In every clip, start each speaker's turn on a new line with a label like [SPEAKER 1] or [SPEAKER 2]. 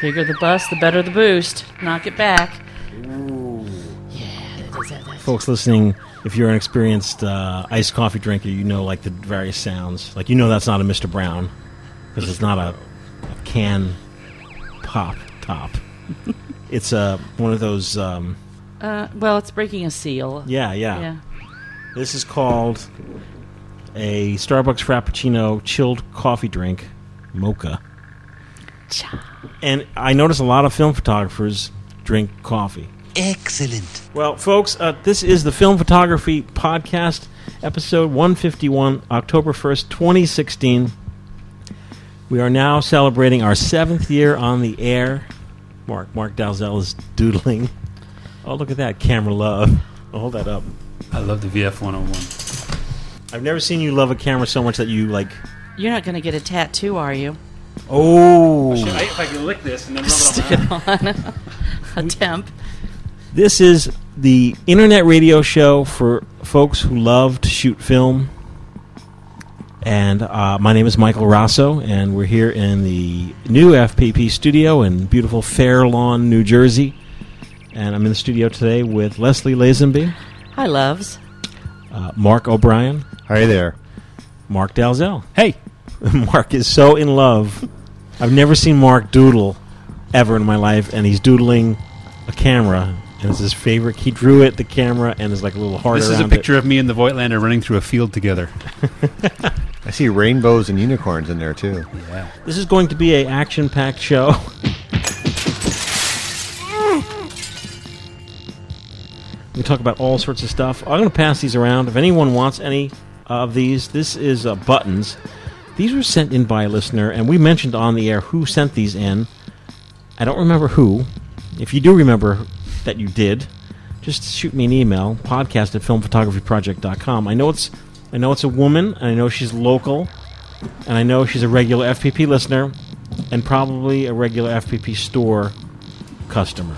[SPEAKER 1] Bigger the bus, the better the boost. Knock it back.
[SPEAKER 2] Folks listening, if you're an experienced uh, iced coffee drinker, you know like the various sounds. Like you know that's not a Mr. Brown because it's not a, a can pop top. it's uh, one of those. Um,
[SPEAKER 1] Uh, well, it's breaking a seal.
[SPEAKER 2] yeah, yeah,
[SPEAKER 1] Yeah.
[SPEAKER 2] This is called a Starbucks Frappuccino chilled coffee drink, mocha.
[SPEAKER 1] Cha.
[SPEAKER 2] And I notice a lot of film photographers drink coffee.
[SPEAKER 3] Excellent.
[SPEAKER 2] Well, folks, uh, this is the Film Photography Podcast, episode 151, October 1st, 2016. We are now celebrating our seventh year on the air. Mark Mark Dalzell is doodling. Oh, look at that camera love. Oh, hold that up.
[SPEAKER 4] I love the VF 101.
[SPEAKER 2] I've never seen you love a camera so much that you like.
[SPEAKER 1] You're not going to get a tattoo, are you?
[SPEAKER 2] Oh,
[SPEAKER 4] if I can lick this and then
[SPEAKER 1] Stick it on. Attempt.
[SPEAKER 2] this is the internet radio show for folks who love to shoot film. And uh, my name is Michael Rosso, and we're here in the new FPP studio in beautiful Fair Lawn, New Jersey. And I'm in the studio today with Leslie Lazenby,
[SPEAKER 1] Hi, loves.
[SPEAKER 2] uh, Mark O'Brien,
[SPEAKER 3] Hi there.
[SPEAKER 2] Mark Dalzell.
[SPEAKER 4] Hey,
[SPEAKER 2] Mark is so in love. I've never seen Mark doodle ever in my life, and he's doodling a camera, and it's his favorite. He drew it, the camera, and is like a little heart
[SPEAKER 4] this is a
[SPEAKER 2] around it.
[SPEAKER 4] picture of me and the Voigtlander running through a field together.
[SPEAKER 3] I see rainbows and unicorns in there too.
[SPEAKER 4] Yeah.
[SPEAKER 2] This is going to be a action-packed show. We talk about all sorts of stuff. I'm going to pass these around. If anyone wants any of these, this is uh, buttons. These were sent in by a listener, and we mentioned on the air who sent these in. I don't remember who. If you do remember that you did, just shoot me an email podcast at filmphotographyproject.com. I know it's I know it's a woman, and I know she's local and I know she's a regular FPP listener and probably a regular FPP store customer.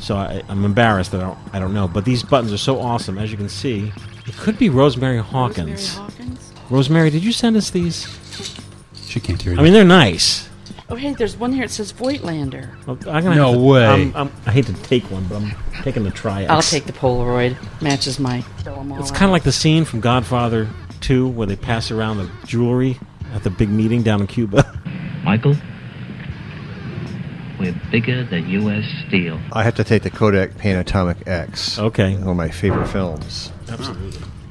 [SPEAKER 2] So I, I'm embarrassed that I don't, I don't know. But these buttons are so awesome, as you can see. It could be Rosemary Hawkins. Rosemary,
[SPEAKER 1] Rosemary Hawkins.
[SPEAKER 2] did you send us these?
[SPEAKER 4] She can't hear you.
[SPEAKER 2] I mean, they're nice.
[SPEAKER 1] Oh, hey, there's one here. It says Voigtlander.
[SPEAKER 2] Well, I'm gonna
[SPEAKER 4] No
[SPEAKER 2] have to-
[SPEAKER 4] way.
[SPEAKER 2] I'm, I'm, I hate to take one, but I'm taking the try.
[SPEAKER 1] I'll take the Polaroid. Matches my.
[SPEAKER 2] It's kind of like the scene from Godfather 2 where they pass around the jewelry at the big meeting down in Cuba.
[SPEAKER 5] Michael, we're bigger than U.S. Steel.
[SPEAKER 3] I have to take the Kodak Panatomic X.
[SPEAKER 2] Okay.
[SPEAKER 3] One of my favorite films.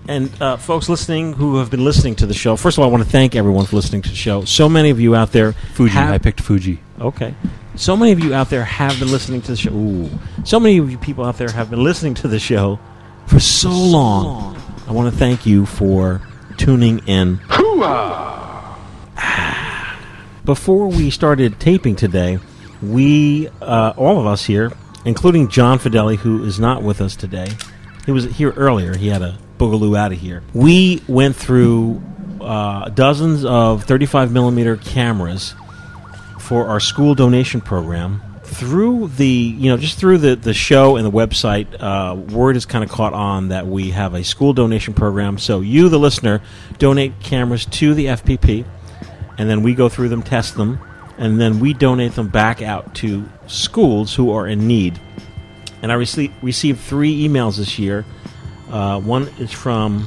[SPEAKER 2] And uh, folks listening who have been listening to the show, first of all, I want to thank everyone for listening to the show. So many of you out there,
[SPEAKER 4] Fuji.
[SPEAKER 2] have-
[SPEAKER 4] I picked Fuji.
[SPEAKER 2] Okay, so many of you out there have been listening to the show. Ooh, so many of you people out there have been listening to the show for so long. I want to thank you for tuning in. Ah. Before we started taping today, we uh, all of us here, including John Fideli, who is not with us today, he was here earlier. He had a boogaloo out of here. We went through uh, dozens of 35 millimeter cameras for our school donation program through the you know just through the the show and the website uh, word has kind of caught on that we have a school donation program so you the listener donate cameras to the fpp and then we go through them test them and then we donate them back out to schools who are in need and i received received three emails this year uh, one is from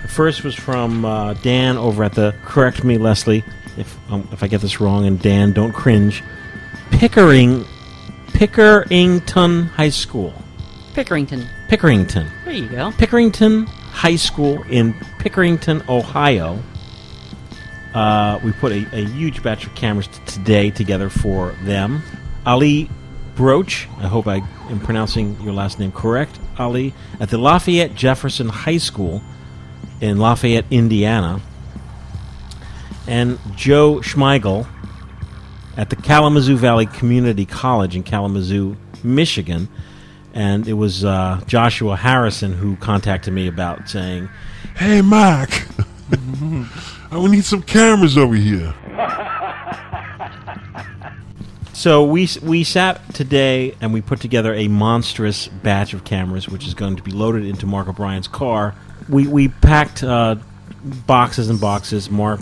[SPEAKER 2] the first was from uh, Dan over at the Correct Me Leslie, if um, if I get this wrong, and Dan, don't cringe. Pickering, Pickerington High School,
[SPEAKER 1] Pickerington.
[SPEAKER 2] Pickerington,
[SPEAKER 1] There you go.
[SPEAKER 2] Pickerington High School in Pickerington, Ohio. Uh, we put a, a huge batch of cameras t- today together for them. Ali Broach, I hope I am pronouncing your last name correct, Ali, at the Lafayette Jefferson High School in Lafayette, Indiana. And Joe Schmeigel at the Kalamazoo Valley Community College in Kalamazoo, Michigan. And it was uh, Joshua Harrison who contacted me about saying,
[SPEAKER 6] Hey, Mark. I would need some cameras over here.
[SPEAKER 2] So we we sat today and we put together a monstrous batch of cameras, which is going to be loaded into Mark O'Brien's car. We we packed uh, boxes and boxes. Mark,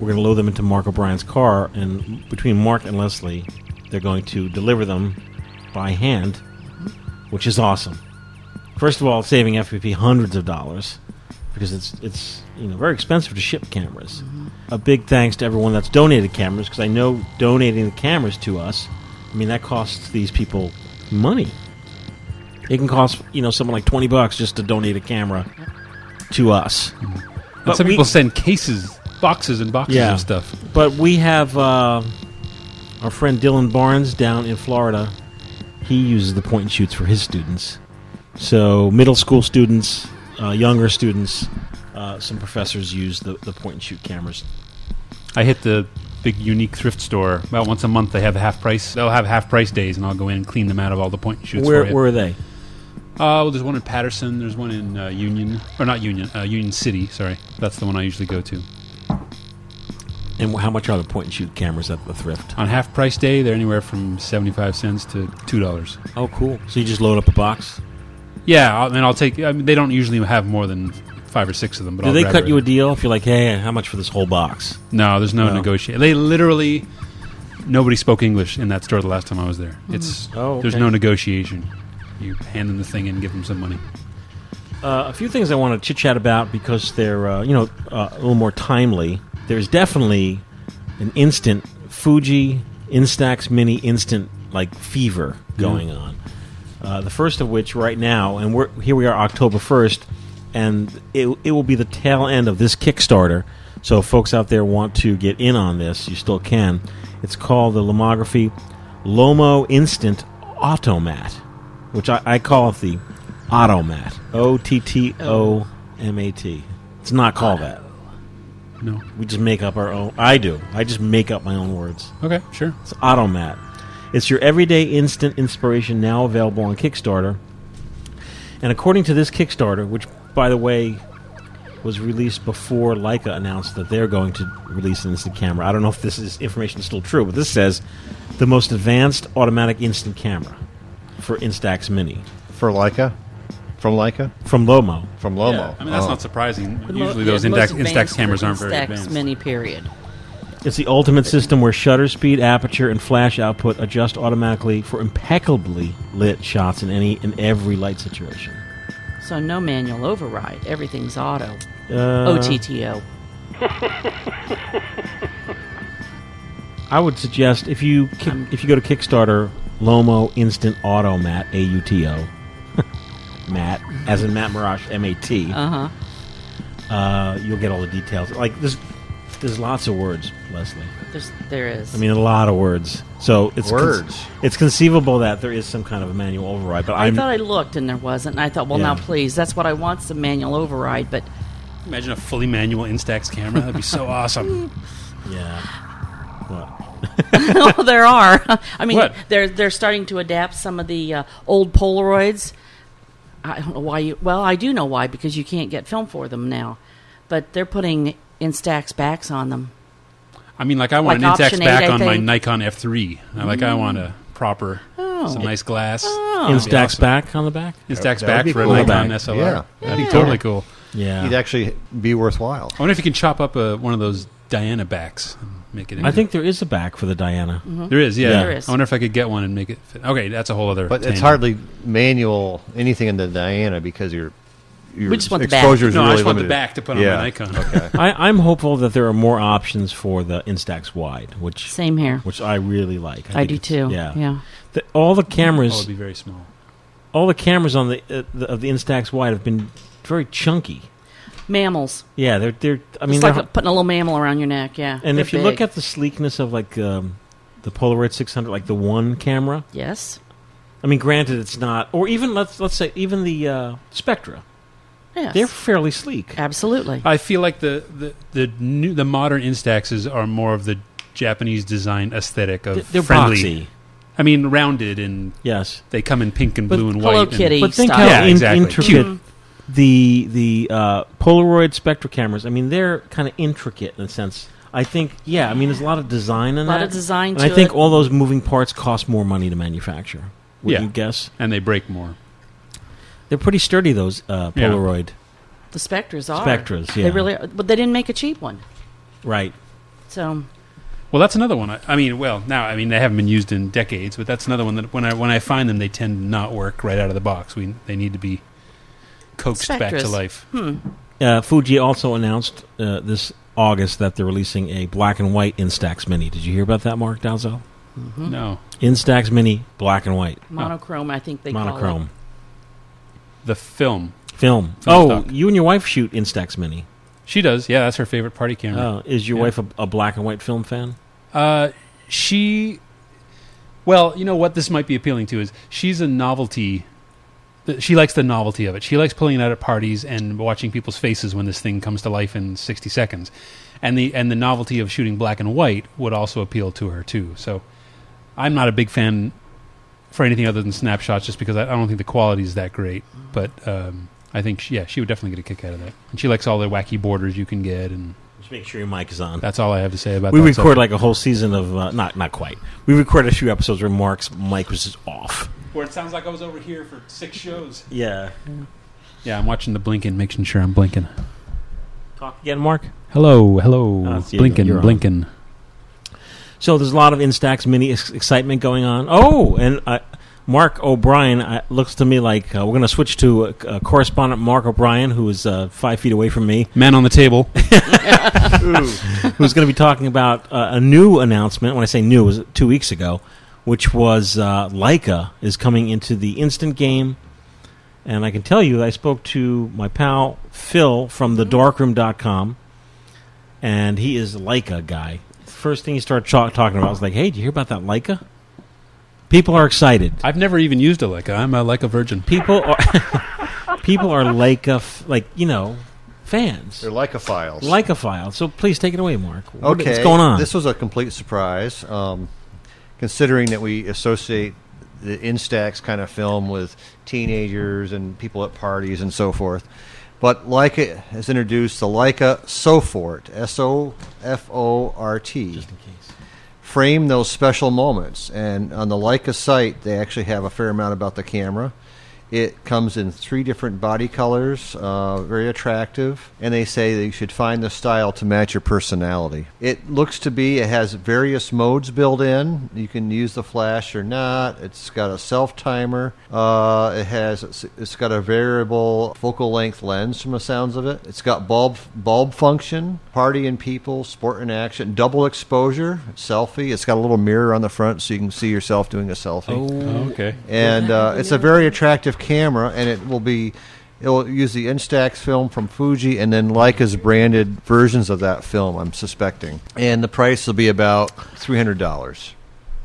[SPEAKER 2] we're going to load them into Mark O'Brien's car, and between Mark and Leslie, they're going to deliver them by hand, which is awesome. First of all, saving FPP hundreds of dollars because it's it's you know very expensive to ship cameras. A big thanks to everyone that's donated cameras because I know donating the cameras to us, I mean that costs these people money. It can cost you know someone like twenty bucks just to donate a camera to us.
[SPEAKER 4] And
[SPEAKER 2] But
[SPEAKER 4] some
[SPEAKER 2] we-
[SPEAKER 4] people send cases, boxes, and boxes
[SPEAKER 2] Yeah.
[SPEAKER 4] of stuff.
[SPEAKER 2] But we have uh, our friend Dylan Barnes down in Florida. He uses the point and shoots for his students. So middle school students, uh, younger students, uh, some professors use the, the point and shoot cameras.
[SPEAKER 4] I hit the big unique thrift store about once a month. They have half price. They'll have half price days, and I'll go in and clean them out of all the point and shoots.
[SPEAKER 2] where
[SPEAKER 4] for you.
[SPEAKER 2] where are they?
[SPEAKER 4] Uh, well, there's one in Patterson. There's one in uh, Union, or not Union, uh, Union City. Sorry, that's the one I usually go to.
[SPEAKER 2] And wh- how much are the point and shoot cameras at the thrift?
[SPEAKER 4] On half price day, they're anywhere from seventy-five cents to two dollars.
[SPEAKER 2] Oh, cool. So you just load up a box.
[SPEAKER 4] Yeah, I'll, and I'll take. I mean, they don't usually have more than five or six of them. But
[SPEAKER 2] Do
[SPEAKER 4] I'll
[SPEAKER 2] they
[SPEAKER 4] grab
[SPEAKER 2] cut you a
[SPEAKER 4] everything.
[SPEAKER 2] deal if you're like, hey, how much for this whole box?
[SPEAKER 4] no, there's no,
[SPEAKER 2] No.
[SPEAKER 4] negotiation. They literally nobody spoke English in that store the last time I was there. It's
[SPEAKER 2] Oh,
[SPEAKER 4] there's
[SPEAKER 2] okay.
[SPEAKER 4] no negotiation. You hand them the thing and give them some money.
[SPEAKER 2] Uh, a few things I want to chit chat about because they're uh, you know uh, a little more timely. There's definitely an instant Fuji Instax Mini instant like fever going on. Uh, the first of which right now, and we're here we are October first, and it it will be the tail end of this Kickstarter. So if folks out there want to get in on this, you still can. It's called the Lomography Lomo Instant Automat which I, I call it the Automat. O T T O M A T. It's not called that.
[SPEAKER 4] No.
[SPEAKER 2] We just make up our own. I do. I just make up my own words.
[SPEAKER 4] Okay. Sure.
[SPEAKER 2] It's Automat. It's your everyday instant inspiration now available on Kickstarter. And according to this Kickstarter, which, by the way, was released before Leica announced that they're going to release an instant camera. I don't know if this is information is still true, but this says the most advanced automatic instant camera for Instax Mini
[SPEAKER 3] For Leica? From Leica?
[SPEAKER 2] from Lomo.
[SPEAKER 3] From Lomo.
[SPEAKER 4] I mean, that's
[SPEAKER 3] Oh.
[SPEAKER 4] not surprising.
[SPEAKER 7] The mo-
[SPEAKER 4] Usually,
[SPEAKER 7] yeah,
[SPEAKER 4] those
[SPEAKER 7] the
[SPEAKER 4] Instax,
[SPEAKER 7] most advanced
[SPEAKER 4] Instax cameras aren't very
[SPEAKER 7] Instax
[SPEAKER 4] advanced.
[SPEAKER 7] Mini period.
[SPEAKER 2] It's the ultimate system where shutter speed, aperture, and flash output adjust automatically for impeccably lit shots in any and every light situation.
[SPEAKER 7] So no manual override. Everything's auto.
[SPEAKER 2] Uh,
[SPEAKER 7] OTTO.
[SPEAKER 2] I would suggest if you ki- if you go to Kickstarter, Lomo Instant Auto Mat A U T O, Matt as in Matt Mirage M A T.
[SPEAKER 7] Uh huh.
[SPEAKER 2] Uh, You'll get all the details. Like there's there's lots of words, Leslie.
[SPEAKER 7] There's there is.
[SPEAKER 2] I mean a lot of words. So it's con-
[SPEAKER 3] Words.
[SPEAKER 2] it's conceivable that there is some kind of a manual override, but
[SPEAKER 7] I
[SPEAKER 2] I'm
[SPEAKER 7] thought I looked and there wasn't. And I thought, well, now
[SPEAKER 2] Yeah.
[SPEAKER 7] please, that's what I want, some manual override. But
[SPEAKER 4] Imagine a fully manual Instax camera. That'd be so awesome.
[SPEAKER 2] yeah. What?
[SPEAKER 7] oh, there are. I mean,
[SPEAKER 4] What?
[SPEAKER 7] they're they're starting to adapt some of the uh, old Polaroids. I don't know why you. Well, I do know why because you can't get film for them now. But they're putting Instax backs on them.
[SPEAKER 4] I mean, like I want
[SPEAKER 7] Like
[SPEAKER 4] an
[SPEAKER 7] option
[SPEAKER 4] Instax
[SPEAKER 7] eight,
[SPEAKER 4] back
[SPEAKER 7] I
[SPEAKER 4] on my
[SPEAKER 7] think.
[SPEAKER 4] Nikon F3. I Like I want a proper,
[SPEAKER 7] Oh.
[SPEAKER 4] some nice glass.
[SPEAKER 2] Instax back on the back.
[SPEAKER 4] Instax
[SPEAKER 3] That would
[SPEAKER 4] back
[SPEAKER 3] be
[SPEAKER 4] for
[SPEAKER 3] cool.
[SPEAKER 4] a Nikon
[SPEAKER 3] Back.
[SPEAKER 4] SLR.
[SPEAKER 3] Yeah.
[SPEAKER 4] That'd be totally cool.
[SPEAKER 2] Yeah,
[SPEAKER 3] It'd actually be worthwhile.
[SPEAKER 4] I wonder if you can chop up a, one of those Diana backs and make it.
[SPEAKER 2] I think there is a back for the Diana.
[SPEAKER 7] Mm-hmm.
[SPEAKER 4] there is. Yeah.
[SPEAKER 2] Yeah.
[SPEAKER 7] There is.
[SPEAKER 4] I wonder if I could get one and make it fit. Okay, that's a whole other.
[SPEAKER 3] But it's
[SPEAKER 4] tangent.
[SPEAKER 3] hardly manual anything in the Diana because your, your
[SPEAKER 7] We just want the back.
[SPEAKER 4] No,
[SPEAKER 3] exposure is
[SPEAKER 4] I
[SPEAKER 3] really
[SPEAKER 4] just want the
[SPEAKER 3] limited.
[SPEAKER 4] back to put on
[SPEAKER 3] yeah.
[SPEAKER 4] my Nikon.
[SPEAKER 2] I, I'm hopeful that there are more options for the Instax wide, which
[SPEAKER 7] Same here.
[SPEAKER 2] which I really like.
[SPEAKER 7] I
[SPEAKER 2] think
[SPEAKER 7] do
[SPEAKER 2] it's-
[SPEAKER 7] too.
[SPEAKER 2] Yeah,
[SPEAKER 7] yeah.
[SPEAKER 2] The- all the
[SPEAKER 4] Oh,
[SPEAKER 2] cameras,
[SPEAKER 4] it'd be very small.
[SPEAKER 2] all the cameras on the, uh, the of the Instax wide have been very chunky.
[SPEAKER 7] Mammals.
[SPEAKER 2] Yeah, they're they're. I mean,
[SPEAKER 7] it's like
[SPEAKER 2] they're-
[SPEAKER 7] a, putting a little mammal around your neck. Yeah.
[SPEAKER 2] and
[SPEAKER 7] They're
[SPEAKER 2] if you look
[SPEAKER 7] big.
[SPEAKER 2] at the sleekness of like um, the Polaroid 600, like the one camera.
[SPEAKER 7] yes,
[SPEAKER 2] I mean, granted, it's not, or even let's let's say even the uh, Spectra,
[SPEAKER 7] yes,
[SPEAKER 2] they're fairly sleek.
[SPEAKER 7] absolutely.
[SPEAKER 4] I feel like the the the, new, the modern Instaxes are more of the Japanese design aesthetic of
[SPEAKER 2] They're, they're
[SPEAKER 4] friendly.
[SPEAKER 2] boxy.
[SPEAKER 4] I mean, rounded and
[SPEAKER 2] Yes.
[SPEAKER 4] they come in pink and
[SPEAKER 2] But
[SPEAKER 4] blue and white.
[SPEAKER 7] Hello
[SPEAKER 4] and-
[SPEAKER 7] Kitty
[SPEAKER 2] But think
[SPEAKER 7] style.
[SPEAKER 2] how
[SPEAKER 4] Yeah,
[SPEAKER 2] in-
[SPEAKER 4] exactly.
[SPEAKER 2] intricate the the uh, Polaroid Spectra cameras. I mean, they're kind of intricate in a sense. I think, yeah. I mean, there's a lot of design in
[SPEAKER 7] Lot
[SPEAKER 2] that.
[SPEAKER 7] of design
[SPEAKER 2] and
[SPEAKER 7] to
[SPEAKER 2] I think
[SPEAKER 7] it.
[SPEAKER 2] all those moving parts cost more money to manufacture. Would
[SPEAKER 4] Yeah.
[SPEAKER 2] you guess?
[SPEAKER 4] and they break more.
[SPEAKER 2] They're pretty sturdy. Those uh,
[SPEAKER 4] Yeah.
[SPEAKER 2] Polaroid
[SPEAKER 7] The Spectras are.
[SPEAKER 2] Spectras, yeah.
[SPEAKER 7] They really are. But they didn't make a cheap one.
[SPEAKER 2] Right.
[SPEAKER 7] So,
[SPEAKER 4] Well, that's another one. I, I mean, well, now I mean they haven't been used in decades, but that's another one that when I when I find them, they tend to not work right out of the box. We they need to be coaxed back to
[SPEAKER 7] Spectres.
[SPEAKER 4] life.
[SPEAKER 2] Uh, Fuji also announced uh, this August that they're releasing a black and white Instax Mini. Did you hear about that, Mark Dalzell?
[SPEAKER 4] No,
[SPEAKER 2] Instax Mini, black and white,
[SPEAKER 7] monochrome, I think they call
[SPEAKER 2] monochrome
[SPEAKER 7] it.
[SPEAKER 4] the film
[SPEAKER 2] film.
[SPEAKER 4] Film
[SPEAKER 2] oh,
[SPEAKER 4] stock.
[SPEAKER 2] you and your wife shoot Instax Mini.
[SPEAKER 4] she does. Yeah, that's her favorite party camera.
[SPEAKER 2] Oh, is your
[SPEAKER 4] Yeah.
[SPEAKER 2] wife a, a black and white film fan?
[SPEAKER 4] Uh, she, well, you know what this might be appealing to is she's a novelty. th- She likes the novelty of it. She likes pulling it out at parties and watching people's faces when this thing comes to life in sixty seconds, and the and the novelty of shooting black and white would also appeal to her too. So, I'm not a big fan for anything other than snapshots, just because I, I don't think the quality is that great. But um, I think she, yeah, she would definitely get a kick out of that, and she likes all the wacky borders you can get, and
[SPEAKER 2] Just make sure your mic is on.
[SPEAKER 4] that's all I have to say about.
[SPEAKER 2] we
[SPEAKER 4] that
[SPEAKER 2] record
[SPEAKER 4] subject.
[SPEAKER 2] like a whole season of uh, not not quite. We recorded a few episodes where Mark's mic was just off.
[SPEAKER 4] where it sounds like I was over here for six shows.
[SPEAKER 2] Yeah.
[SPEAKER 4] Yeah, I'm watching the blinking, making sure I'm blinking.
[SPEAKER 2] Talk again, Mark.
[SPEAKER 4] Hello, hello,
[SPEAKER 2] Ah, it's you.
[SPEAKER 4] blinking,
[SPEAKER 2] You're on.
[SPEAKER 4] blinking.
[SPEAKER 2] So there's a lot of Instax Mini ex- excitement going on. Oh, and uh, Mark O'Brien uh, looks to me like uh, we're going to switch to uh, c- uh, correspondent Mark O'Brien, who is uh, five feet away from me,
[SPEAKER 4] Man on the table.
[SPEAKER 2] who's going to be talking about uh, a new announcement. When I say new, it was two weeks ago, which was uh, Leica is coming into the instant game. And I can tell you, I spoke to my pal Phil from
[SPEAKER 3] Mm-hmm.
[SPEAKER 2] thedarkroom.com, and he is a Leica guy. First thing he started cha- talking about was like, hey, did you hear about that Leica? People are excited.
[SPEAKER 4] I've never even used a Leica. I'm a Leica virgin.
[SPEAKER 2] People are people are Leica, f- like, you know, fans.
[SPEAKER 3] They're Leica files.
[SPEAKER 2] Leica file. So please take it away, Mark. What-
[SPEAKER 3] Okay.
[SPEAKER 2] What's going on?
[SPEAKER 3] This was a complete surprise, um, considering that we associate the Instax kind of film with teenagers and people at parties and so forth. But Leica has introduced the Leica Sofort, S O F O R T. Frame those special moments. And on the Leica site, they actually have a fair amount about the camera. It comes in three different body colors, uh, very attractive, and they say that you should find the style to match your personality. It looks to be, it has various modes built in. You can use the flash or not. It's got a self timer. Uh, it has, it's- it's got a variable focal length lens from the sounds of it. It's got bulb bulb function, party and people, sport and action, double exposure, selfie. It's got a little mirror on the front so you can see yourself doing a selfie
[SPEAKER 4] Oh, okay.
[SPEAKER 3] and uh, it's a very attractive camera, and it will be. It'll use the Instax film from Fuji and then Leica's branded versions of that film. I'm suspecting, and the price will be about three hundred dollars.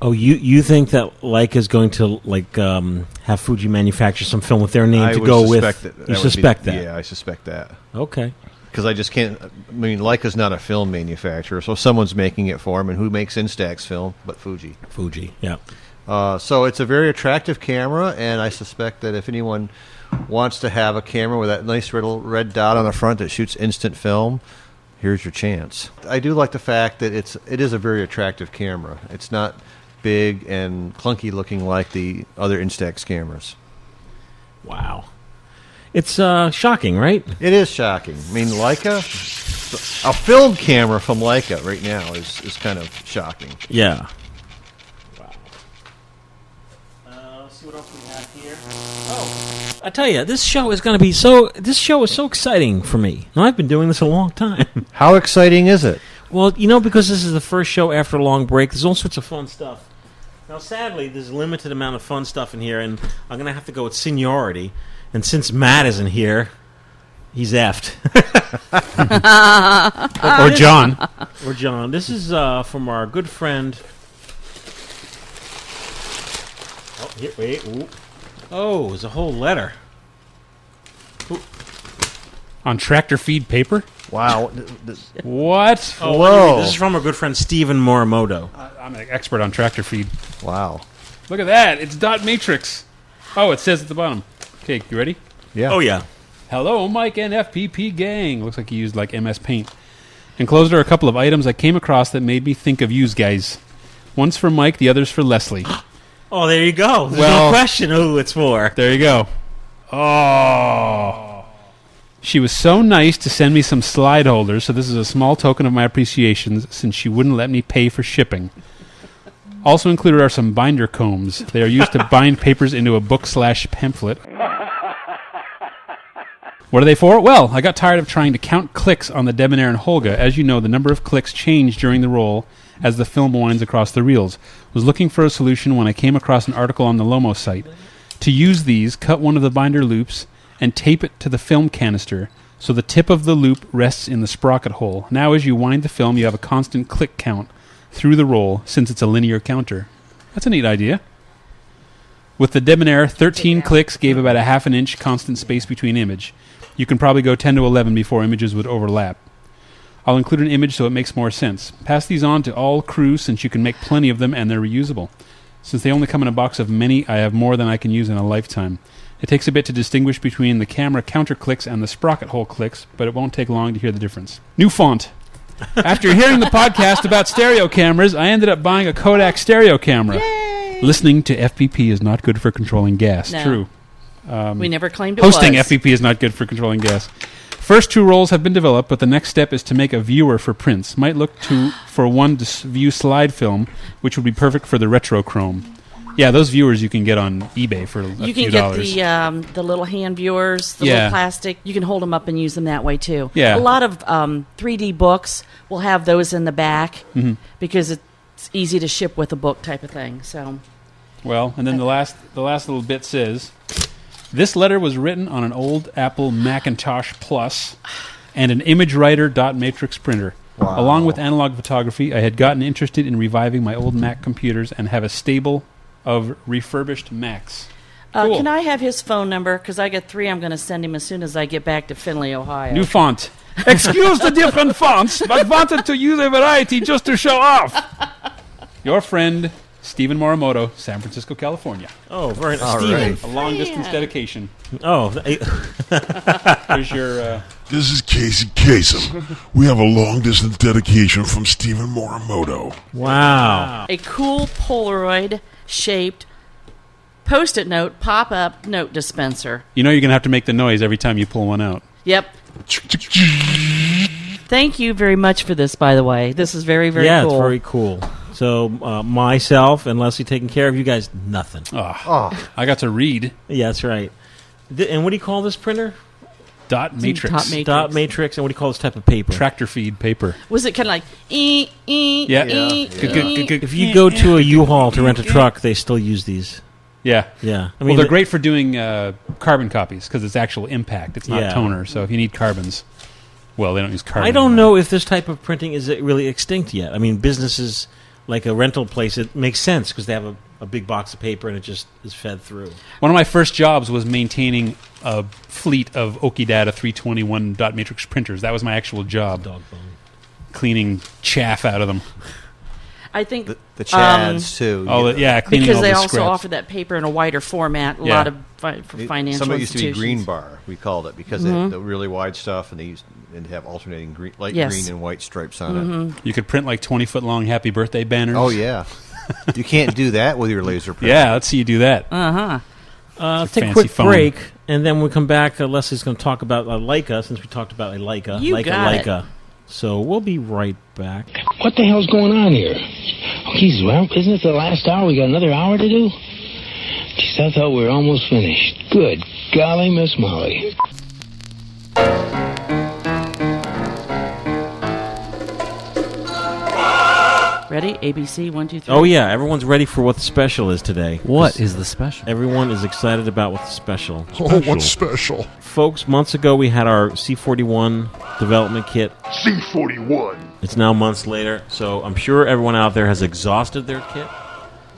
[SPEAKER 2] Oh, you you think that Leica is going to like um, have Fuji manufacture some film with their name
[SPEAKER 3] I
[SPEAKER 2] to
[SPEAKER 3] would
[SPEAKER 2] go with?
[SPEAKER 3] suspect that
[SPEAKER 2] you
[SPEAKER 3] that would be-
[SPEAKER 2] suspect that?
[SPEAKER 3] Yeah, I suspect that
[SPEAKER 2] Okay.
[SPEAKER 3] because I just can't. I mean, Leica's not a film manufacturer, so someone's making it for them. And who makes Instax film but Fuji?
[SPEAKER 2] Fuji. Yeah.
[SPEAKER 3] Uh, so it's a very attractive camera, and I suspect that if anyone wants to have a camera with that nice little red dot on the front that shoots instant film, here's your chance. I do like the fact that it's it is a very attractive camera. It's not big and clunky looking like the other Instax cameras.
[SPEAKER 2] Wow. It's uh, shocking, right?
[SPEAKER 3] It is shocking. I mean, Leica, a film camera from Leica right now is is kind of shocking.
[SPEAKER 2] Yeah. Wow. Uh, see what else we have here. Oh, I tell you, this show is going to be so. This show is so exciting for me. Now, I've been doing this a long time.
[SPEAKER 3] How exciting is it?
[SPEAKER 2] Well, you know, because this is the first show after a long break, there's all sorts of fun stuff. Now, sadly, there's a limited amount of fun stuff in here, and I'm going to have to go with seniority. And since Matt isn't here, he's effed. Ah.
[SPEAKER 4] or John.
[SPEAKER 2] or John. This is uh, from our good friend. Oh, here, wait. Ooh. Oh, there's a whole letter.
[SPEAKER 4] on tractor feed paper?
[SPEAKER 3] Wow. th- th-
[SPEAKER 4] What? Oh,
[SPEAKER 2] Oh, let me read.
[SPEAKER 3] Whoa.
[SPEAKER 2] This is from our good friend Stephen Morimoto.
[SPEAKER 4] I'm an expert on tractor feed.
[SPEAKER 3] Wow.
[SPEAKER 4] Look at that. It's dot matrix. Oh, it says at the bottom. Okay, you ready?
[SPEAKER 3] Yeah.
[SPEAKER 2] Oh, yeah.
[SPEAKER 4] Hello, Mike and FPP gang. Looks like he used like MS Paint. Enclosed are a couple of items I came across that made me think of yous guys. One's for Mike, the other's for Leslie.
[SPEAKER 2] Oh, there you go. There's
[SPEAKER 4] Well-
[SPEAKER 2] no question who it's for.
[SPEAKER 4] There you go. Oh. She was so nice to send me some slide holders, so this is a small token of my appreciation since she wouldn't let me pay for shipping. Also included are some binder combs. They are used to bind papers into a book slash pamphlet. What are they for? Well, I got tired of trying to count clicks on the Debonair and Holga. As you know, the number of clicks change during the roll as the film winds across the reels. Was looking for a solution when I came across an article on the Lomo site. To use these, cut one of the binder loops and tape it to the film canister so the tip of the loop rests in the sprocket hole. Now, as you wind the film, you have a constant click count through the roll since it's a linear counter. That's a neat idea. With the Debonair, 13 clicks gave about a half an inch constant space between image. You can probably go 10 to 11 before images would overlap. I'll include an image so it makes more sense. Pass these on to all crew since you can make plenty of them and they're reusable. Since they only come in a box of many, I have more than I can use in a lifetime. It takes a bit to distinguish between the camera counter clicks and the sprocket hole clicks, but it won't take long to hear the difference. New font. After hearing the podcast about stereo cameras, I ended up buying a Kodak stereo camera. Listening to FPP is not good for controlling gas.
[SPEAKER 7] No.
[SPEAKER 4] True.
[SPEAKER 7] we never claimed it
[SPEAKER 4] Um, Hosting E
[SPEAKER 7] was.
[SPEAKER 4] FVP is not good for controlling gas. First two roles have been developed, but the next step is to make a viewer for prints. Might look to for one to s- view slide film, which would be perfect for the retrochrome. Yeah, those viewers you can get on eBay for a
[SPEAKER 7] You
[SPEAKER 4] few
[SPEAKER 7] can get
[SPEAKER 4] dollars.
[SPEAKER 7] the um, the little hand viewers, the
[SPEAKER 4] Yeah.
[SPEAKER 7] little plastic. You can hold them up and use them that way too.
[SPEAKER 4] Yeah.
[SPEAKER 7] a lot of um, 3D books will have those in the back
[SPEAKER 4] Mm-hmm.
[SPEAKER 7] because it's easy to ship with a book type of thing. So
[SPEAKER 4] well, and then the last the last little bit says, this letter was written on an old Apple Macintosh Plus and an image writer dot matrix printer. Along with analog photography, I had gotten interested in reviving my old Mac computers and have a stable of refurbished Macs.
[SPEAKER 7] uh,
[SPEAKER 4] Cool.
[SPEAKER 7] can I have his phone number? Because I got three. I'm going to send him as soon as I get back to Findlay, Ohio.
[SPEAKER 4] New font. Excuse the different fonts, but wanted to use a variety just to show off. Your friend, Stephen Morimoto, San Francisco, California.
[SPEAKER 2] Oh, very
[SPEAKER 3] All
[SPEAKER 2] Steven.
[SPEAKER 4] A long distance dedication.
[SPEAKER 2] Oh, th-
[SPEAKER 4] Here's your. Uh,
[SPEAKER 6] This is Casey Kasem. we have a long distance dedication from Stephen Morimoto.
[SPEAKER 2] wow.
[SPEAKER 7] a cool Polaroid shaped post-it note pop-up note dispenser.
[SPEAKER 4] you know you're going to have to make the noise every time you pull one out.
[SPEAKER 7] Yep. Thank you very much for this, by the way. This is very, very
[SPEAKER 2] yeah,
[SPEAKER 7] cool.
[SPEAKER 2] it's very cool. So uh, myself and Leslie taking care of you guys, nothing.
[SPEAKER 4] Oh. I got to read
[SPEAKER 2] Yeah, that's right. Th- and what do you call this printer?
[SPEAKER 4] dot matrix.
[SPEAKER 7] Top matrix.
[SPEAKER 2] Dot matrix. And what do you call this type of paper?
[SPEAKER 4] Tractor feed paper.
[SPEAKER 7] Was it kind of like ee ee
[SPEAKER 4] Yeah.
[SPEAKER 7] ee,
[SPEAKER 4] Good, good,
[SPEAKER 7] ee?
[SPEAKER 4] good, good.
[SPEAKER 2] If you go to a U-Haul to rent a truck, they still use these.
[SPEAKER 4] yeah.
[SPEAKER 2] Yeah, I
[SPEAKER 4] well, they're
[SPEAKER 2] the-
[SPEAKER 4] great for doing uh, carbon copies because it's actual impact. It's not
[SPEAKER 2] Yeah.
[SPEAKER 4] toner. So if you need carbons, well, they don't use carbon.
[SPEAKER 2] I don't
[SPEAKER 4] anymore.
[SPEAKER 2] know if this type of printing is really extinct yet. I mean, businesses like a rental place, it makes sense because they have a, a big box of paper and it just is fed through.
[SPEAKER 4] One of my first jobs was maintaining a fleet of Okidata 321 dot matrix printers. That was my actual job,
[SPEAKER 2] Dog bone.
[SPEAKER 4] cleaning chaff out of them.
[SPEAKER 7] I think um,
[SPEAKER 3] The, the Chads
[SPEAKER 2] Oh,
[SPEAKER 3] too.
[SPEAKER 4] All
[SPEAKER 3] you
[SPEAKER 4] the,
[SPEAKER 3] know.
[SPEAKER 4] yeah, cleaning
[SPEAKER 7] because
[SPEAKER 4] all
[SPEAKER 7] they
[SPEAKER 4] the
[SPEAKER 7] also
[SPEAKER 4] scraps.
[SPEAKER 7] offer that paper in a wider format. A
[SPEAKER 4] Yeah.
[SPEAKER 7] lot of fi- for
[SPEAKER 3] It-
[SPEAKER 7] financial
[SPEAKER 3] Some of it used to be green
[SPEAKER 7] institutions.
[SPEAKER 3] bar. We called it because they, the really wide stuff, and they used and have alternating green, light
[SPEAKER 7] Yes.
[SPEAKER 3] green and white stripes on it.
[SPEAKER 4] You could print like 20 foot long happy birthday banners.
[SPEAKER 3] Oh yeah, you can't do that with your laser printer.
[SPEAKER 4] Yeah, let's see you do that.
[SPEAKER 2] Uh,
[SPEAKER 4] It's a
[SPEAKER 2] take a
[SPEAKER 4] fancy
[SPEAKER 2] quick
[SPEAKER 4] phone.
[SPEAKER 2] break, and then when we come back, uh, Leslie's going to talk about uh, Leica, since we talked about a Leica.
[SPEAKER 7] You
[SPEAKER 2] Leica,
[SPEAKER 7] got it.
[SPEAKER 2] Leica. So we'll be right back.
[SPEAKER 8] What the hell's going on here? Oh, geez, well, isn't it the last hour? We got another hour to do? Geez, I thought we were almost finished. Good golly, Miss Molly.
[SPEAKER 7] Ready? ABC one two three.
[SPEAKER 2] Oh, yeah, everyone's ready for what the special is today.
[SPEAKER 9] What
[SPEAKER 2] 'Cause
[SPEAKER 9] is the special?
[SPEAKER 2] Everyone is excited about what the special.
[SPEAKER 6] Oh, what's special?
[SPEAKER 2] Folks, months ago we had our C41 development kit.
[SPEAKER 6] C41.
[SPEAKER 2] It's now months later, so I'm sure everyone out there has exhausted their kit.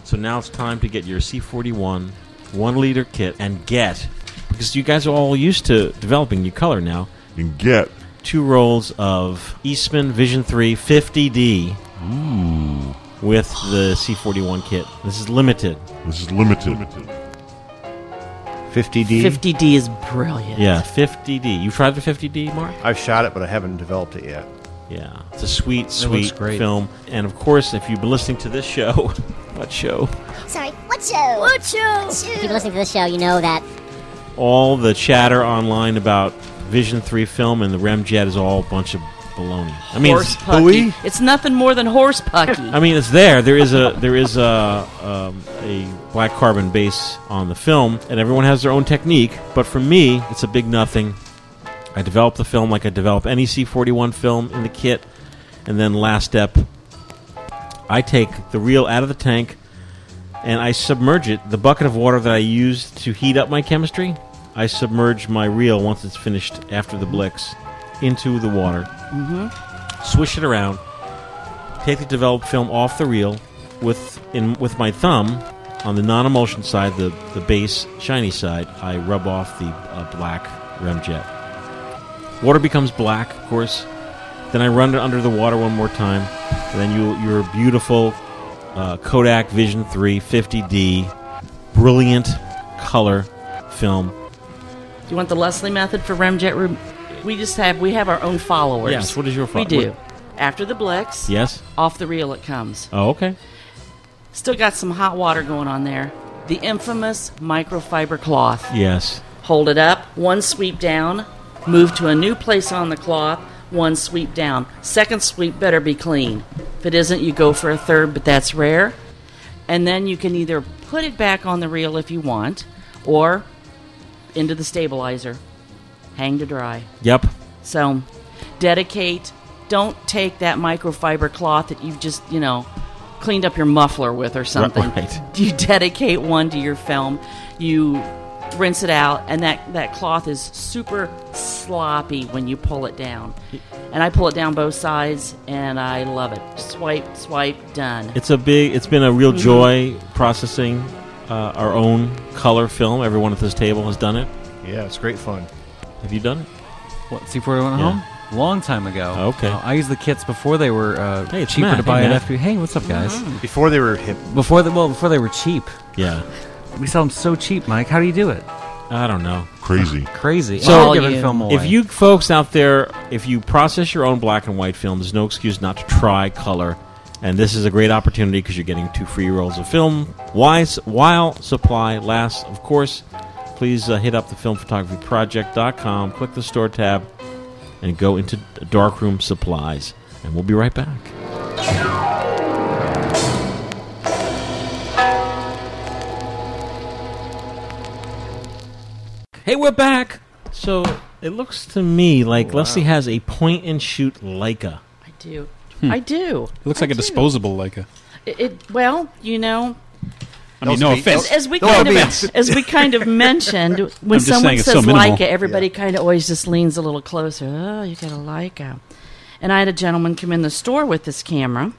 [SPEAKER 2] So now it's time to get your C41 one liter kit and get, because you guys are all used to developing your color now,
[SPEAKER 6] And get
[SPEAKER 2] two rolls of Eastman Vision 3 50D with the C41 kit. This is limited.
[SPEAKER 6] this is limited.
[SPEAKER 3] 50D.
[SPEAKER 7] 50D is brilliant.
[SPEAKER 2] Oh, E. Yeah, 50D. You tried the 50D, Mark?
[SPEAKER 3] I've shot it, but I haven't developed it yet.
[SPEAKER 2] Yeah, it's a sweet,
[SPEAKER 9] looks
[SPEAKER 2] sweet
[SPEAKER 9] great.
[SPEAKER 2] film. And of course, if you've been listening to this show, what show?
[SPEAKER 10] Sorry, what show? What show? If you've been listening to this show, you know that
[SPEAKER 2] All the chatter online about Vision Three film and the Remjet is all a bunch of baloney. I mean,
[SPEAKER 7] horse
[SPEAKER 2] it's-
[SPEAKER 7] pucky.
[SPEAKER 3] Bowie?
[SPEAKER 7] It's nothing more than horse pucky.
[SPEAKER 2] I mean, it's there. There is a there is a um, a black carbon base on the film, and everyone has their own technique. But for me, it's a big nothing. I develop the film like I develop any C41 film in the kit, and then last step, I take the reel out of the tank, and I submerge it. The bucket of water that I used to heat up my chemistry, I submerge my reel once it's finished after the blix into the water. Mm-hmm. Swish it around take the developed film off the reel with in with my thumb on the non-emulsion side, the the base shiny side. I rub off the uh, black remjet. Water becomes black, of course. Then I run it under the water one more time, and then you your beautiful uh, Kodak Vision 3 50D, brilliant color film.
[SPEAKER 7] you want the Leslie method for Remjet? Room? We just have we have our own followers.
[SPEAKER 2] Yes, what is your fo-
[SPEAKER 7] We do.
[SPEAKER 2] what-
[SPEAKER 7] After the Blex,
[SPEAKER 2] Yes.
[SPEAKER 7] off the reel it comes.
[SPEAKER 2] Oh, okay.
[SPEAKER 7] Still got some hot water going on there. The infamous microfiber cloth.
[SPEAKER 2] Yes.
[SPEAKER 7] Hold it up, one sweep down, move to a new place on the cloth, one sweep down. Second sweep better be clean. If it isn't, you go for a third, but that's rare. And then you can either put it back on the reel if you want, or into the stabilizer. Hang to dry.
[SPEAKER 2] Yep.
[SPEAKER 7] So dedicate. Don't take that microfiber cloth that you've just, you know, cleaned up your muffler with or something.
[SPEAKER 2] right.
[SPEAKER 7] You dedicate one to your film. You rinse it out and that, that cloth is super sloppy when you pull it down. And I pull it down both sides and I love it. Swipe, swipe, done.
[SPEAKER 2] It's a big. It's been a real joy processing uh, our own color film. Everyone at this table has done it.
[SPEAKER 3] Yeah, it's great fun.
[SPEAKER 2] Have you done it?
[SPEAKER 9] What, C4 went
[SPEAKER 2] Yeah.
[SPEAKER 9] home? Long time ago.
[SPEAKER 2] Okay.
[SPEAKER 9] Uh, I used the kits before they were uh,
[SPEAKER 2] Hey, it's
[SPEAKER 9] cheaper
[SPEAKER 2] Matt.
[SPEAKER 9] to
[SPEAKER 2] Hey,
[SPEAKER 9] buy
[SPEAKER 2] Matt.
[SPEAKER 9] at FP. Hey, what's up, guys?
[SPEAKER 3] Before they were hip,
[SPEAKER 9] Before the well, before they were cheap,
[SPEAKER 2] Yeah.
[SPEAKER 9] we sell them so cheap, Mike. How do you do it?
[SPEAKER 2] I don't know.
[SPEAKER 6] Crazy.
[SPEAKER 9] Crazy.
[SPEAKER 2] So-
[SPEAKER 9] I'll
[SPEAKER 2] All
[SPEAKER 9] give a
[SPEAKER 7] you-
[SPEAKER 9] film away.
[SPEAKER 2] If you folks out there, if you process your own black and white film, there's no excuse not to try color. And this is a great opportunity because you're getting two free rolls of film while, while supply lasts. Of course, please uh, hit up the filmphotographyproject.com, click the store tab, and go into darkroom supplies. And we'll be right back. Hey, we're back. So it looks to me like Leslie has a point and shoot Leica.
[SPEAKER 7] I do. I do.
[SPEAKER 4] Hmm. It looks
[SPEAKER 7] I
[SPEAKER 4] like a
[SPEAKER 7] do.
[SPEAKER 4] disposable Leica.
[SPEAKER 7] It, it well, you know,
[SPEAKER 4] I mean,
[SPEAKER 3] Don't
[SPEAKER 4] no
[SPEAKER 3] speak-
[SPEAKER 4] offense.
[SPEAKER 7] as we
[SPEAKER 3] Don't
[SPEAKER 7] kind of
[SPEAKER 3] offense.
[SPEAKER 7] as we kind of mentioned, when
[SPEAKER 4] I'm just
[SPEAKER 7] someone
[SPEAKER 4] saying it's
[SPEAKER 7] says
[SPEAKER 4] so minimal.
[SPEAKER 7] Leica, everybody kind of always just leans a little closer. Oh, you got a Leica. And I had a gentleman come in the store with this camera,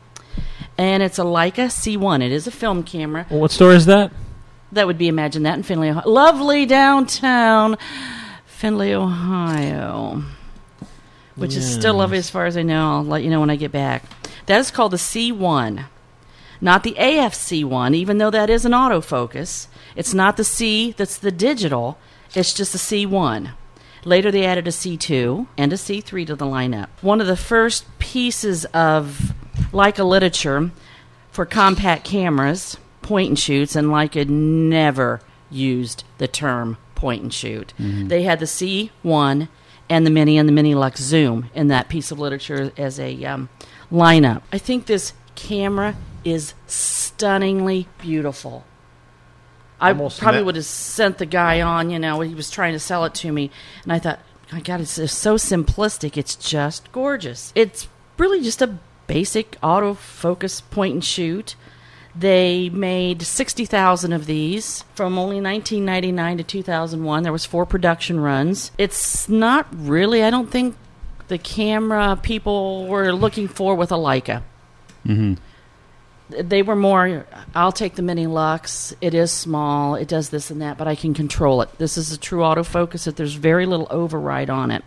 [SPEAKER 7] and it's a Leica C1. It is a film camera.
[SPEAKER 2] Well, what store is that?
[SPEAKER 7] That would be imagine that in Findlay, Ohio. lovely downtown Findlay, Ohio, which is still lovely as far as I know. I'll let you know when I get back. That is called the C1, not the AFC1, even though that is an autofocus. It's not the C that's the digital. It's just the C1. Later, they added a C2 and a C3 to the lineup. One of the first pieces of Leica literature for compact cameras, point and shoots, and Leica never used the term point and shoot. They had the C1 and the Mini and the Mini Lux Zoom in that piece of literature as a um, lineup. I think this camera is stunningly beautiful. I
[SPEAKER 3] Almost
[SPEAKER 7] probably
[SPEAKER 3] ma-
[SPEAKER 7] would have sent the guy on, you know, he was trying to sell it to me. And I thought, my God, it's just so simplistic. It's just gorgeous. It's really just a basic autofocus point and shoot. They made 60,000 of these from only 1999 to 2001. There was four production runs. It's not really, I don't think the camera people were looking for with a Leica they were more i'll take the mini lux it is small it does this and that but i can control it this is a true autofocus that there's very little override on it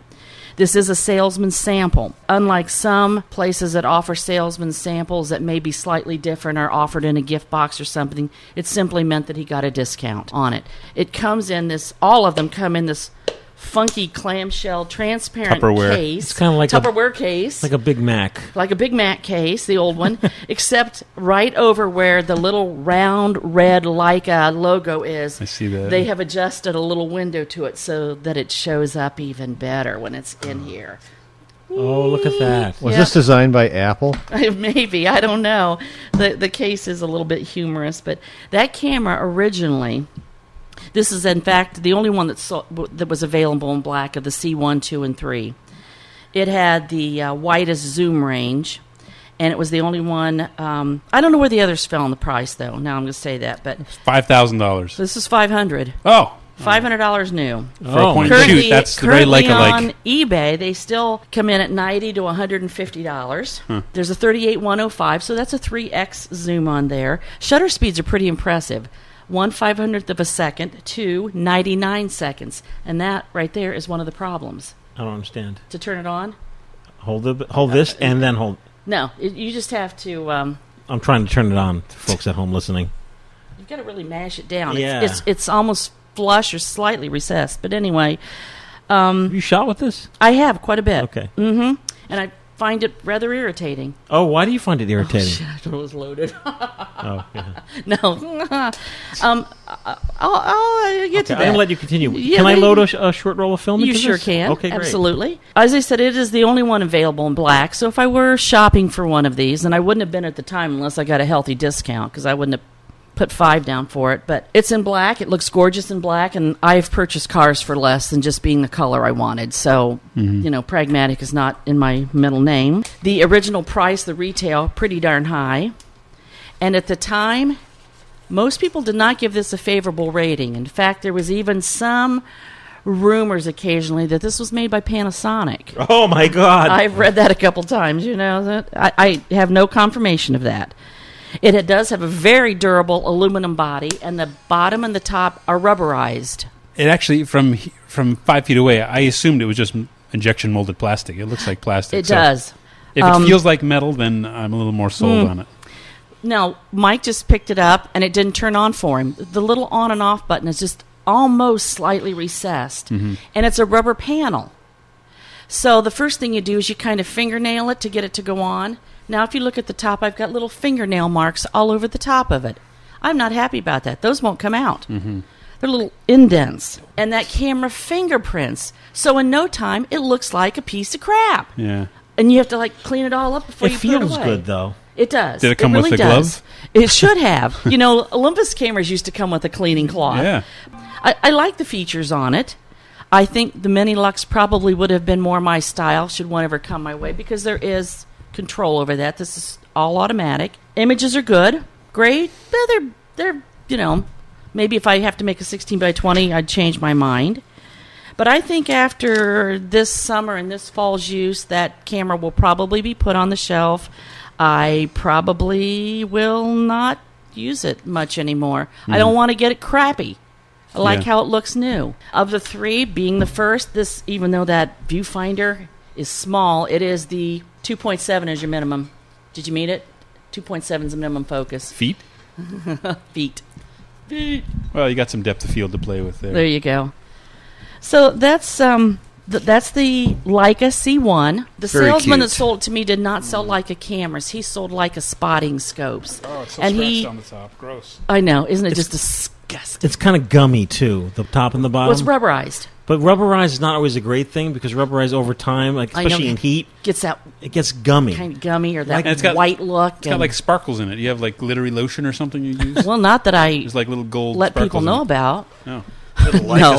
[SPEAKER 7] this is a salesman sample unlike some places that offer salesman samples that may be slightly different or offered in a gift box or something it simply meant that he got a discount on it it comes in this all of them come in this funky clamshell transparent
[SPEAKER 10] Tupperware.
[SPEAKER 7] case.
[SPEAKER 2] It's kinda like a-
[SPEAKER 7] Tupperware case.
[SPEAKER 2] Like a Big Mac.
[SPEAKER 7] like a Big Mac case, the old one, except right over where the little round red Leica logo is.
[SPEAKER 4] I see that.
[SPEAKER 7] They have adjusted a little window to it so that it shows up even better when it's in here.
[SPEAKER 2] Oh, look at that.
[SPEAKER 3] Was
[SPEAKER 7] Yeah.
[SPEAKER 3] this designed by Apple?
[SPEAKER 7] Maybe I don't know. the The case is a little bit humorous, but that camera originally, this is in fact the only one that saw, that was available in black of the C one, two, and three. It had the uh, widest zoom range, and it was the only one. Um, I don't know where the others fell in the price though. Now I'm going to say that, but
[SPEAKER 4] Five thousand dollars.
[SPEAKER 7] this is five hundred.
[SPEAKER 4] Oh,
[SPEAKER 7] Five hundred dollars new.
[SPEAKER 4] for
[SPEAKER 2] Oh.
[SPEAKER 4] a point and
[SPEAKER 7] Currently,
[SPEAKER 4] shoot, that's very
[SPEAKER 7] currently
[SPEAKER 4] like a
[SPEAKER 7] on
[SPEAKER 4] like.
[SPEAKER 7] eBay, they still come in at ninety to one hundred and fifty dollars. There's a thirty-eight one hundred five, so that's a three x zoom on there. Shutter speeds are pretty impressive: one five hundredth of a second to ninety-nine seconds, and that right there is one of the problems.
[SPEAKER 2] I don't understand.
[SPEAKER 7] To turn it on,
[SPEAKER 2] Hold the, hold this and then hold.
[SPEAKER 7] no, it, you just have to. Um,
[SPEAKER 2] I'm trying to turn it on to folks at home listening.
[SPEAKER 7] you've got to really mash it down.
[SPEAKER 2] Yeah.
[SPEAKER 7] It's, it's it's almost flush or slightly recessed, but anyway, um,
[SPEAKER 2] You shot with this? Mm.
[SPEAKER 7] I have quite a bit.
[SPEAKER 2] Okay.
[SPEAKER 7] Mm-hmm. And I find it rather irritating.
[SPEAKER 2] Oh, why do you find it irritating?
[SPEAKER 7] I thought it was loaded.
[SPEAKER 2] Oh, yeah.
[SPEAKER 7] no. um, I- I'll, I'll uh, get
[SPEAKER 2] Okay,
[SPEAKER 7] to that.
[SPEAKER 2] I'm going to let you continue.
[SPEAKER 7] Yeah,
[SPEAKER 2] can I
[SPEAKER 7] but-
[SPEAKER 2] load a, sh- a short roll of film?
[SPEAKER 7] You
[SPEAKER 2] into
[SPEAKER 7] sure
[SPEAKER 2] this?
[SPEAKER 7] can.
[SPEAKER 2] Okay, great.
[SPEAKER 7] Absolutely. As I said, it is the only one available in black. So if I were shopping for one of these, and I wouldn't have been at the time unless I got a healthy discount because I wouldn't have put five down for it. But it's in black. It looks gorgeous in black. And I've purchased cars for less than just being the color I wanted. So,
[SPEAKER 2] Mm-hmm.
[SPEAKER 7] you know, pragmatic is not in my middle name. The original price, the retail, pretty darn high. And at the time, most people did not give this a favorable rating. In fact, there was even some rumors occasionally that this was made by Panasonic.
[SPEAKER 2] Oh, my God.
[SPEAKER 7] I've read that a couple times. You know that I, I have no confirmation of that. It, it does have a very durable aluminum body, and the bottom and the top are rubberized.
[SPEAKER 4] It actually from he- from five feet away. I assumed it was just m- injection molded plastic. It looks like plastic.
[SPEAKER 7] It
[SPEAKER 4] so
[SPEAKER 7] does.
[SPEAKER 4] If
[SPEAKER 7] Um, Hmm.
[SPEAKER 4] it feels like metal, then I'm a little more sold on it.
[SPEAKER 7] Now, Mike just picked it up, and it didn't turn on for him. The little on and off button is just almost slightly recessed,
[SPEAKER 2] Mm-hmm.
[SPEAKER 7] and it's a rubber panel. So the first thing you do is you kind of fingernail it to get it to go on. Now, if you look at the top, I've got little fingernail marks all over the top of it. I'm not happy about that. Those won't come out.
[SPEAKER 2] Mm-hmm.
[SPEAKER 7] They're little indents. And that camera fingerprints. So in no time, it looks like a piece of crap.
[SPEAKER 4] Yeah.
[SPEAKER 7] And you have to like clean it all up before
[SPEAKER 2] it
[SPEAKER 7] you put it
[SPEAKER 2] feels
[SPEAKER 7] away.
[SPEAKER 2] good, though.
[SPEAKER 7] It does.
[SPEAKER 4] Did it come with
[SPEAKER 7] really
[SPEAKER 4] the
[SPEAKER 7] does.
[SPEAKER 4] glove?
[SPEAKER 7] It should have. you know, Olympus cameras used to come with a cleaning cloth.
[SPEAKER 4] Yeah.
[SPEAKER 7] I, I like the features on it. I think the Mini Lux probably would have been more my style should one ever come my way because there is control over that. This is all automatic. Images are good, great. but They're they're you know maybe if I have to make a 16 by 20, I'd change my mind. But I think after this summer and this fall's use, that camera will probably be put on the shelf. I probably will not use it much anymore. I don't want to get it crappy. I like
[SPEAKER 4] Yeah.
[SPEAKER 7] how it looks new. Of the three, being the first, this even though that viewfinder is small, it is the 2.7 is your minimum. Did you meet it? 2.7 is the minimum focus.
[SPEAKER 4] Feet.
[SPEAKER 7] Feet.
[SPEAKER 4] Well, you got some depth of field to play with there.
[SPEAKER 7] There you go. So that's um th- that's the Leica C1. The
[SPEAKER 4] Very
[SPEAKER 7] salesman that
[SPEAKER 4] cute.
[SPEAKER 7] sold it to me did not sell Leica cameras. He sold Leica spotting scopes.
[SPEAKER 4] Oh,
[SPEAKER 7] and he,
[SPEAKER 4] the top. Gross.
[SPEAKER 7] I know, isn't it just disgusting?
[SPEAKER 2] It's kind of gummy, too, the top and the bottom.
[SPEAKER 7] Well,
[SPEAKER 4] Um,
[SPEAKER 7] it's rubberized.
[SPEAKER 2] But rubberized is not always a great thing because rubberized over time, like
[SPEAKER 7] I know.
[SPEAKER 2] especially in heat,
[SPEAKER 7] Gets that
[SPEAKER 2] it gets gummy.
[SPEAKER 7] kind of gummy or that
[SPEAKER 4] And it's got-
[SPEAKER 7] white look.
[SPEAKER 4] It's got
[SPEAKER 7] and-
[SPEAKER 4] like sparkles in it. You have like glittery lotion or something you use.
[SPEAKER 7] well, not that I
[SPEAKER 4] There's like little gold.
[SPEAKER 7] let people
[SPEAKER 4] sparkles
[SPEAKER 7] know
[SPEAKER 4] in it.
[SPEAKER 7] about.
[SPEAKER 4] No.
[SPEAKER 3] Leica
[SPEAKER 7] no,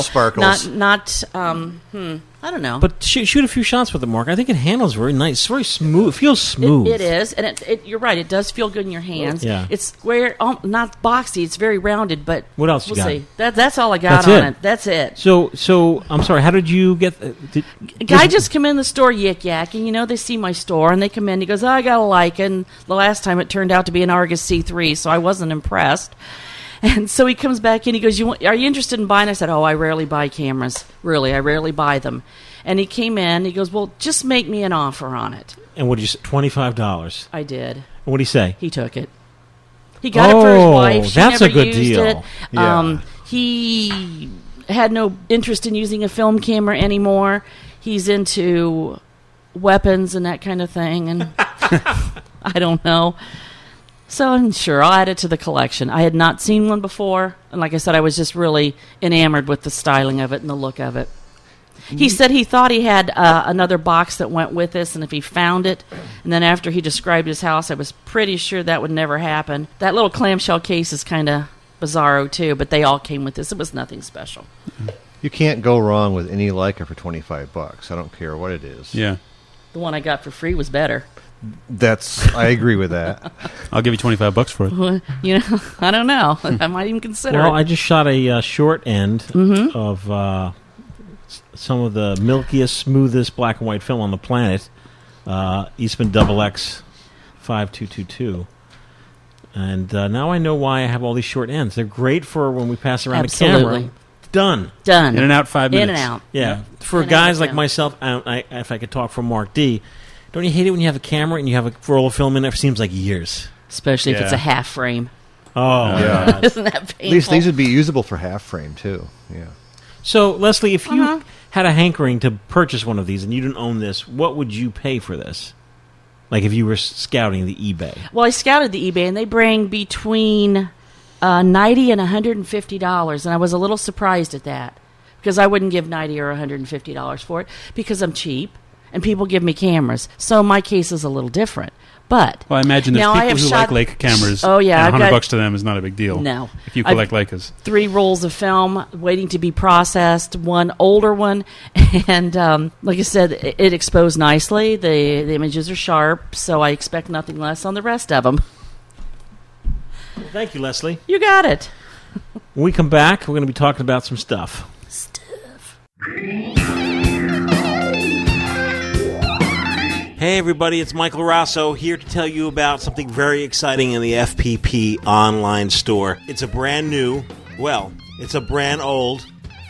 [SPEAKER 7] not
[SPEAKER 3] sparkles.
[SPEAKER 7] not. Um, hmm, I don't know.
[SPEAKER 2] But shoot, shoot a few shots with it, Mark. I think it handles very nice. It's very smooth. It feels
[SPEAKER 7] It-
[SPEAKER 2] smooth.
[SPEAKER 7] it is, and it, it, you're right. It does feel good in your hands.
[SPEAKER 2] Yeah.
[SPEAKER 7] It's square, um, not boxy. It's very rounded, but
[SPEAKER 2] What else you
[SPEAKER 7] We'll
[SPEAKER 2] got?
[SPEAKER 7] see. That, that's all I got
[SPEAKER 2] That's
[SPEAKER 7] on
[SPEAKER 2] it.
[SPEAKER 7] it. That's it.
[SPEAKER 2] So, so I'm sorry. How did you get? Uh, did,
[SPEAKER 7] Guy just come in the store yik yak, and you know they see my store, and they come in. He goes, oh, "I got a Leica," and the last time it turned out to be an Argus C3, so I wasn't impressed. And so he comes back in. He goes, "You want, are you interested in buying?" I said, "Oh, I rarely buy cameras. Really, I rarely buy them." And he came in. He goes, "Well, just make me an offer on it."
[SPEAKER 2] and what did you say? Twenty five dollars.
[SPEAKER 7] I did.
[SPEAKER 2] What do you say?
[SPEAKER 7] He took it. He got it for his
[SPEAKER 2] Oh,
[SPEAKER 7] wife. She
[SPEAKER 2] that's a
[SPEAKER 7] never
[SPEAKER 2] good
[SPEAKER 7] used
[SPEAKER 2] deal.
[SPEAKER 7] It.
[SPEAKER 3] Yeah.
[SPEAKER 7] Um, he had no interest in using a film camera anymore. He's into weapons and that kind of thing, and I don't know. So I'm sure I'll add it to the collection. I had not seen one before, and like I said, I was just really enamored with the styling of it and the look of it. He said he thought he had uh, another box that went with this, and if he found it, and then after he described his house, I was pretty sure that would never happen. That little clamshell case is kind of bizarro too, but they all came with this. It was nothing special.
[SPEAKER 3] You can't go wrong with any Leica for 25 bucks. I don't care what it is.
[SPEAKER 4] Yeah.
[SPEAKER 7] The one I got for free was better.
[SPEAKER 3] That's I agree with that.
[SPEAKER 4] I'll give you 25 bucks for it.
[SPEAKER 7] You know, I don't know. I might even consider
[SPEAKER 2] Well,
[SPEAKER 7] it. Mm-hmm.
[SPEAKER 2] I just shot a uh, short end of uh, s- some of the milkiest, smoothest black and white film on the planet, uh, Eastman Double X five two two two. And uh, now I know why I have all these short ends. They're great for when we pass around a
[SPEAKER 7] Absolutely.
[SPEAKER 2] camera. Done.
[SPEAKER 7] Done.
[SPEAKER 4] In and out, five
[SPEAKER 7] In
[SPEAKER 4] minutes.
[SPEAKER 7] and out.
[SPEAKER 2] Yeah.
[SPEAKER 4] Yeah.
[SPEAKER 2] For
[SPEAKER 7] And I
[SPEAKER 2] guys
[SPEAKER 7] would
[SPEAKER 2] like
[SPEAKER 7] know.
[SPEAKER 2] myself, I, I, if I could talk for Mark D, don't you hate it when you have a camera and you have a roll of film in there? It seems like years.
[SPEAKER 7] Especially if it's
[SPEAKER 4] Yeah.
[SPEAKER 7] a half frame.
[SPEAKER 2] Oh,
[SPEAKER 3] Yeah.
[SPEAKER 2] God.
[SPEAKER 7] Isn't that painful?
[SPEAKER 3] These things would be usable for half frame too. Yeah.
[SPEAKER 2] So, Leslie, if you had a hankering to purchase one of these and you didn't own this, what would you pay for this? Like if you were scouting the eBay.
[SPEAKER 7] Well, I scouted the eBay, and they bring between uh, ninety and one hundred and fifty dollars, and I was a little surprised at that because I wouldn't give ninety or one hundred and fifty dollars for it because I'm cheap and people give me cameras. So my case is a little different. But
[SPEAKER 4] Well, I imagine there's
[SPEAKER 7] Now, I
[SPEAKER 4] people
[SPEAKER 7] have
[SPEAKER 4] who
[SPEAKER 7] shot-
[SPEAKER 4] like Leica cameras.
[SPEAKER 7] Oh, yeah, I've
[SPEAKER 4] and 100
[SPEAKER 7] got-
[SPEAKER 4] bucks to them is not a big deal.
[SPEAKER 7] No.
[SPEAKER 4] If you
[SPEAKER 7] I've-
[SPEAKER 4] collect Leicas.
[SPEAKER 7] three rolls of film waiting to be processed, one older one, and um, like I said, it, it exposed nicely. The the images are sharp, so I expect nothing less on the rest of them.
[SPEAKER 2] Thank you, Leslie.
[SPEAKER 7] You got it.
[SPEAKER 2] When we come back, we're going to be talking about some stuff. Hey, everybody, it's Michael Rosso here to tell you about something very exciting in the FPP online store. It's a brand new, well, it's a brand old,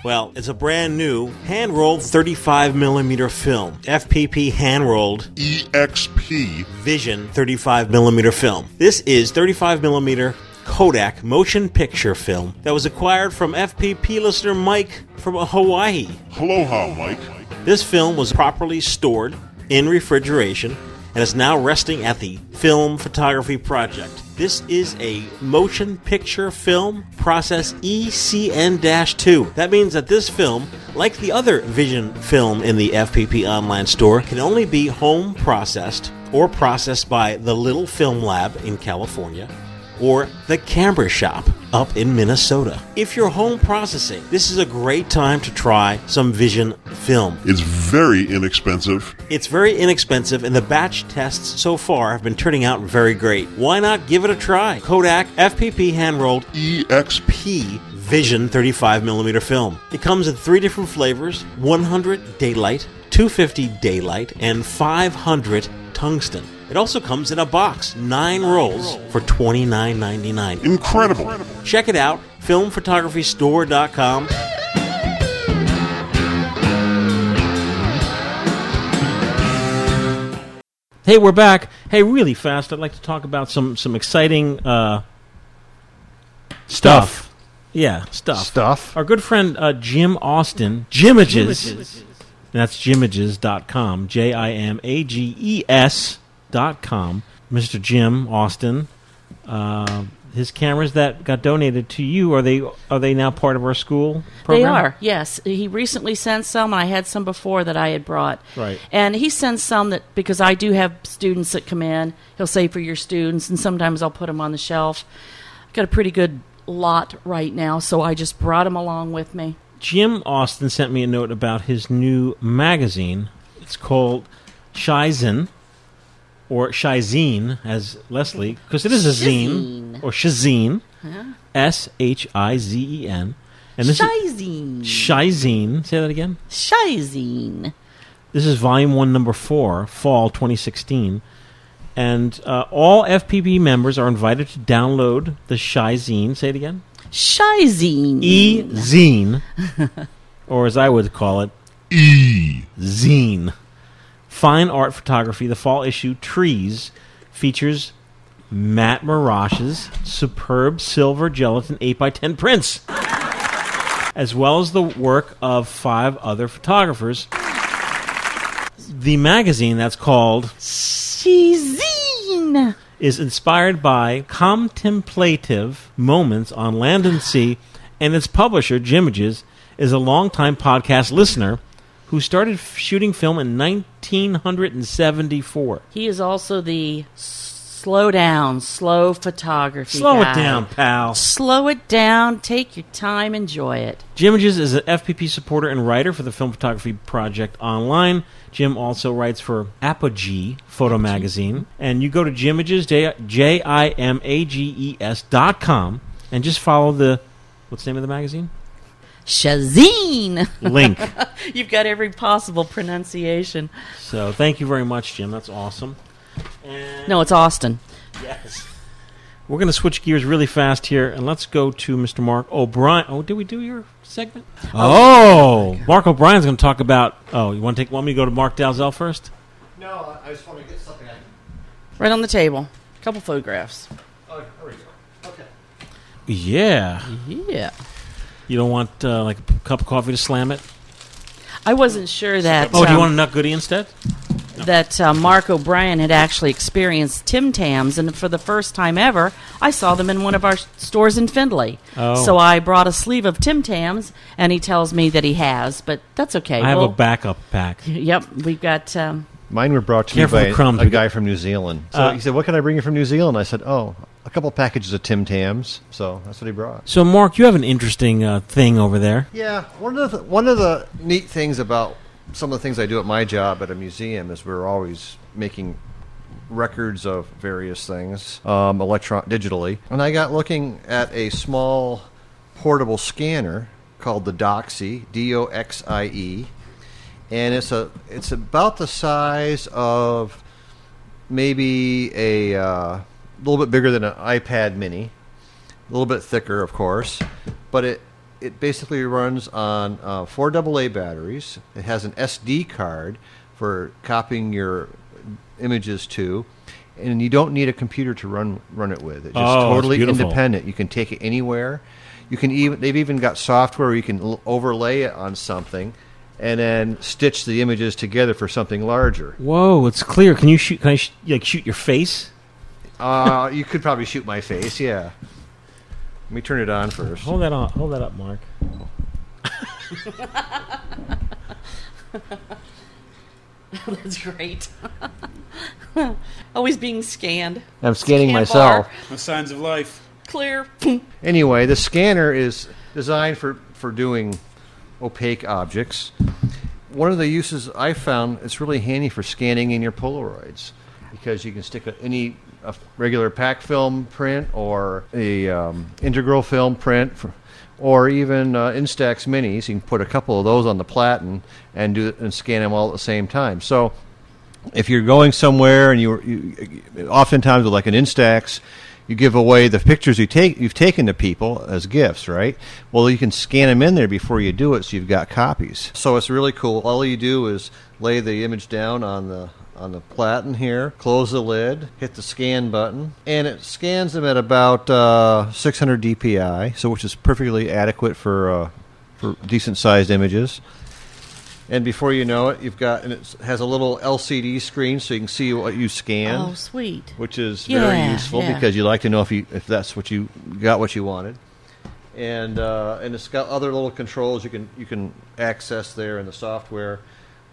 [SPEAKER 2] well, it's a brand new hand rolled 35 millimeter film. FPP hand rolled
[SPEAKER 6] E EXP
[SPEAKER 2] Vision 35mm film. This is 35mm Kodak motion picture film that was acquired from FPP listener Mike from Hawaii.
[SPEAKER 6] Aloha, Mike.
[SPEAKER 2] This film was properly stored in refrigeration and is now resting at the Film Photography Project. This is a motion picture film process E ECN 2. That means that this film, like the other Vision film in the FPP online store, can only be home processed or processed by the Little Film Lab in California or the Camber Shop up in Minnesota. If you're home processing, this is a great time to try some Vision film.
[SPEAKER 6] It's very inexpensive.
[SPEAKER 2] It's very inexpensive, and the batch tests so far have been turning out very great. Why not give it a try? Kodak FPP hand rolled
[SPEAKER 6] E EXP.
[SPEAKER 2] P Vision 35mm film. It comes in three different flavors 100 daylight, 250 daylight, and 500 tungsten. It also comes in a box, nine rolls for $29.99.
[SPEAKER 6] Incredible.
[SPEAKER 2] Check it out, filmphotographystore.com. Hey, we're back. Hey, really fast, I'd like to talk about some some exciting uh, stuff. Yeah, stuff.
[SPEAKER 3] Stuff.
[SPEAKER 2] Our good friend uh, Jim Austin, Jimages. That's jimages.com, J I M A G E S dot com. Mr. Jim Austin, uh, his cameras that got donated to you are they are they now part of our school program?
[SPEAKER 7] They are, yes. He recently sent some, and I had some before that I had brought.
[SPEAKER 2] Right.
[SPEAKER 7] And he sends some that, because I do have students that come in, he'll say for your students, and sometimes I'll put them on the shelf. I've got a pretty good lot right now, so I just brought them along with me.
[SPEAKER 2] Jim Austin sent me a note about his new magazine. It's called Shizen or Shizine as Leslie because it is a zine or Shizine. S H I Z E N. And this is
[SPEAKER 7] Shizine.
[SPEAKER 2] Shizine. Say that again.
[SPEAKER 7] Shizine.
[SPEAKER 2] This is volume one, number four, fall 2016. And uh, all FPB members are invited to download the Shy Zine. Say it again.
[SPEAKER 7] Shizine.
[SPEAKER 2] E Zine, or as I would call it,
[SPEAKER 6] E.
[SPEAKER 2] Zine. Fine Art Photography, the fall issue, Trees, features Matt Marash's superb silver gelatin 8x10 prints. as well as the work of five other photographers. The magazine that's called
[SPEAKER 7] Cheesine.
[SPEAKER 2] is inspired by contemplative moments on land and sea, and its publisher, Jimages, is a longtime podcast listener who started f- shooting film in 1974.
[SPEAKER 7] He is also the slow down, slow photography.
[SPEAKER 2] Slow
[SPEAKER 7] guy.
[SPEAKER 2] it down, pal.
[SPEAKER 7] Slow it down. Take your time. Enjoy it.
[SPEAKER 2] Jimages is an FPP supporter and writer for the Film Photography Project Online. Jim also writes for Apogee Photo Magazine. And you go to Jimages, J- J-I-M-A-G-E-S E dot com, and just follow the, what's the name of the magazine?
[SPEAKER 7] Shazine.
[SPEAKER 2] Link.
[SPEAKER 7] You've got every possible pronunciation.
[SPEAKER 2] so thank you very much, Jim. That's awesome. And
[SPEAKER 7] No, it's Austin.
[SPEAKER 2] Yes. We're going to switch gears really fast here, and let's go to Mr. Mark O'Brien. Oh, did we do your segment? Oh, Mark O'Brien's going to talk about. Oh, you want to take? Want me to go to Mark Dalzell first?
[SPEAKER 3] No, I just want to get something. I can,
[SPEAKER 7] Right on the table. A couple photographs.
[SPEAKER 3] oh, there we go. Okay.
[SPEAKER 2] Yeah.
[SPEAKER 7] Yeah.
[SPEAKER 2] You don't want uh, like a p- cup of coffee to slam it.
[SPEAKER 7] I wasn't sure that
[SPEAKER 2] Oh, do you
[SPEAKER 7] um,
[SPEAKER 2] want a nut goodie instead?
[SPEAKER 7] that uh, Mark O'Brien had actually experienced Tim Tams, and for the first time ever, I saw them in one of our s- stores in Findlay.
[SPEAKER 2] Oh.
[SPEAKER 7] So I brought a sleeve of Tim Tams, and he tells me that he has, but that's okay.
[SPEAKER 2] I have a
[SPEAKER 7] Well,
[SPEAKER 2] backup pack.
[SPEAKER 7] Yep, we've got. Um,
[SPEAKER 3] Mine were brought to
[SPEAKER 2] Careful
[SPEAKER 3] me
[SPEAKER 2] with
[SPEAKER 3] by
[SPEAKER 2] crumbs,
[SPEAKER 3] a
[SPEAKER 2] we
[SPEAKER 3] guy from New Zealand. So
[SPEAKER 2] Uh,
[SPEAKER 3] he said, "What can I bring you from New Zealand?" I said, "Oh, a couple packages of Tim Tams." So that's what he brought.
[SPEAKER 2] So, Mark, you have an interesting uh, thing over there.
[SPEAKER 3] Yeah, one of the one of the neat things about some of the things I do at my job at a museum is we're always making records of various things um, electron digitally, and I got looking at a small portable scanner called the Doxy D O X I E, and it's a it's about the size of maybe a uh, little bit bigger than an iPad Mini a little bit thicker, of course, but it it basically runs on uh, four AA batteries. It has an SD card for copying your images to, and you don't need a computer to run run it with. It's just
[SPEAKER 2] Oh, that's
[SPEAKER 3] totally
[SPEAKER 2] beautiful.
[SPEAKER 3] independent. You can take it anywhere. You can even they've even got software where you can l- overlay it on something, and then stitch the images together for something larger.
[SPEAKER 2] Whoa, it's clear. Can you shoot? Can I sh- like shoot your face?
[SPEAKER 3] Uh, you could probably shoot my face, yeah. Let me turn it on first.
[SPEAKER 2] Hold that on. Hold that up, Mark.
[SPEAKER 7] that's great. Always being scanned.
[SPEAKER 3] I'm scanning
[SPEAKER 7] Scan
[SPEAKER 3] myself.
[SPEAKER 7] bar.
[SPEAKER 4] The signs of life.
[SPEAKER 7] Clear.
[SPEAKER 3] Anyway, the scanner is designed for, for doing opaque objects. One of the uses I found it's really handy for scanning in your Polaroids because you can stick a, any a regular pack film print or a um, integral film print for, or even uh, Instax minis. You can put a couple of those on the platen and do and scan them all at the same time. So if you're going somewhere and you, you oftentimes with like an Instax, you give away the pictures you take you've taken to people as gifts, right? Well, you can scan them in there before you do it, so you've got copies. So it's really cool. All you do is lay the image down on the on the platen here, close the lid, hit the scan button, and it scans them at about uh, 600 DPI, so which is perfectly adequate for uh, for decent sized images. And before you know it, you've got and it has a little LCD screen so you can see what you
[SPEAKER 7] Oh,
[SPEAKER 3] scanned,
[SPEAKER 7] sweet.
[SPEAKER 3] which is
[SPEAKER 7] Yeah,
[SPEAKER 3] very useful
[SPEAKER 7] yeah.
[SPEAKER 3] because you like to know if you if that's what you got what you wanted. And uh, and it's got other little controls you can you can access there in the software.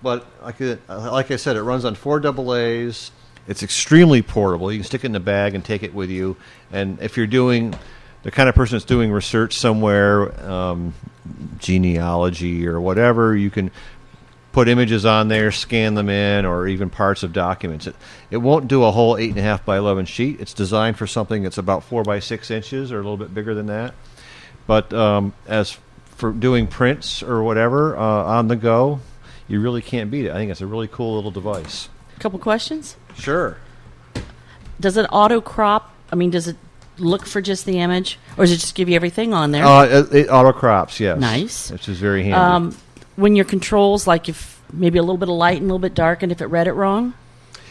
[SPEAKER 3] But like I- like I said, it runs on four AA's. It's extremely portable. You can stick it in a bag and take it with you. And if you're doing the kind of person that's doing research somewhere, um, genealogy or whatever, you can put images on there, scan them in, or even parts of documents. It, it won't do a whole eight and a half by eleven sheet. It's designed for something that's about four by six inches or a little bit bigger than that. But um, as for doing prints or whatever uh, on the go, you really can't beat it. I think it's a really cool little device.
[SPEAKER 7] Couple questions.
[SPEAKER 3] Sure.
[SPEAKER 7] Does it auto crop? I mean, does it look for just the image, or does it just give you everything on there?
[SPEAKER 3] Uh, it, it auto crops, yes.
[SPEAKER 7] Nice.
[SPEAKER 3] Which is very handy.
[SPEAKER 7] um, when your controls, like if maybe a little bit of light and a little bit dark, and if it read it wrong,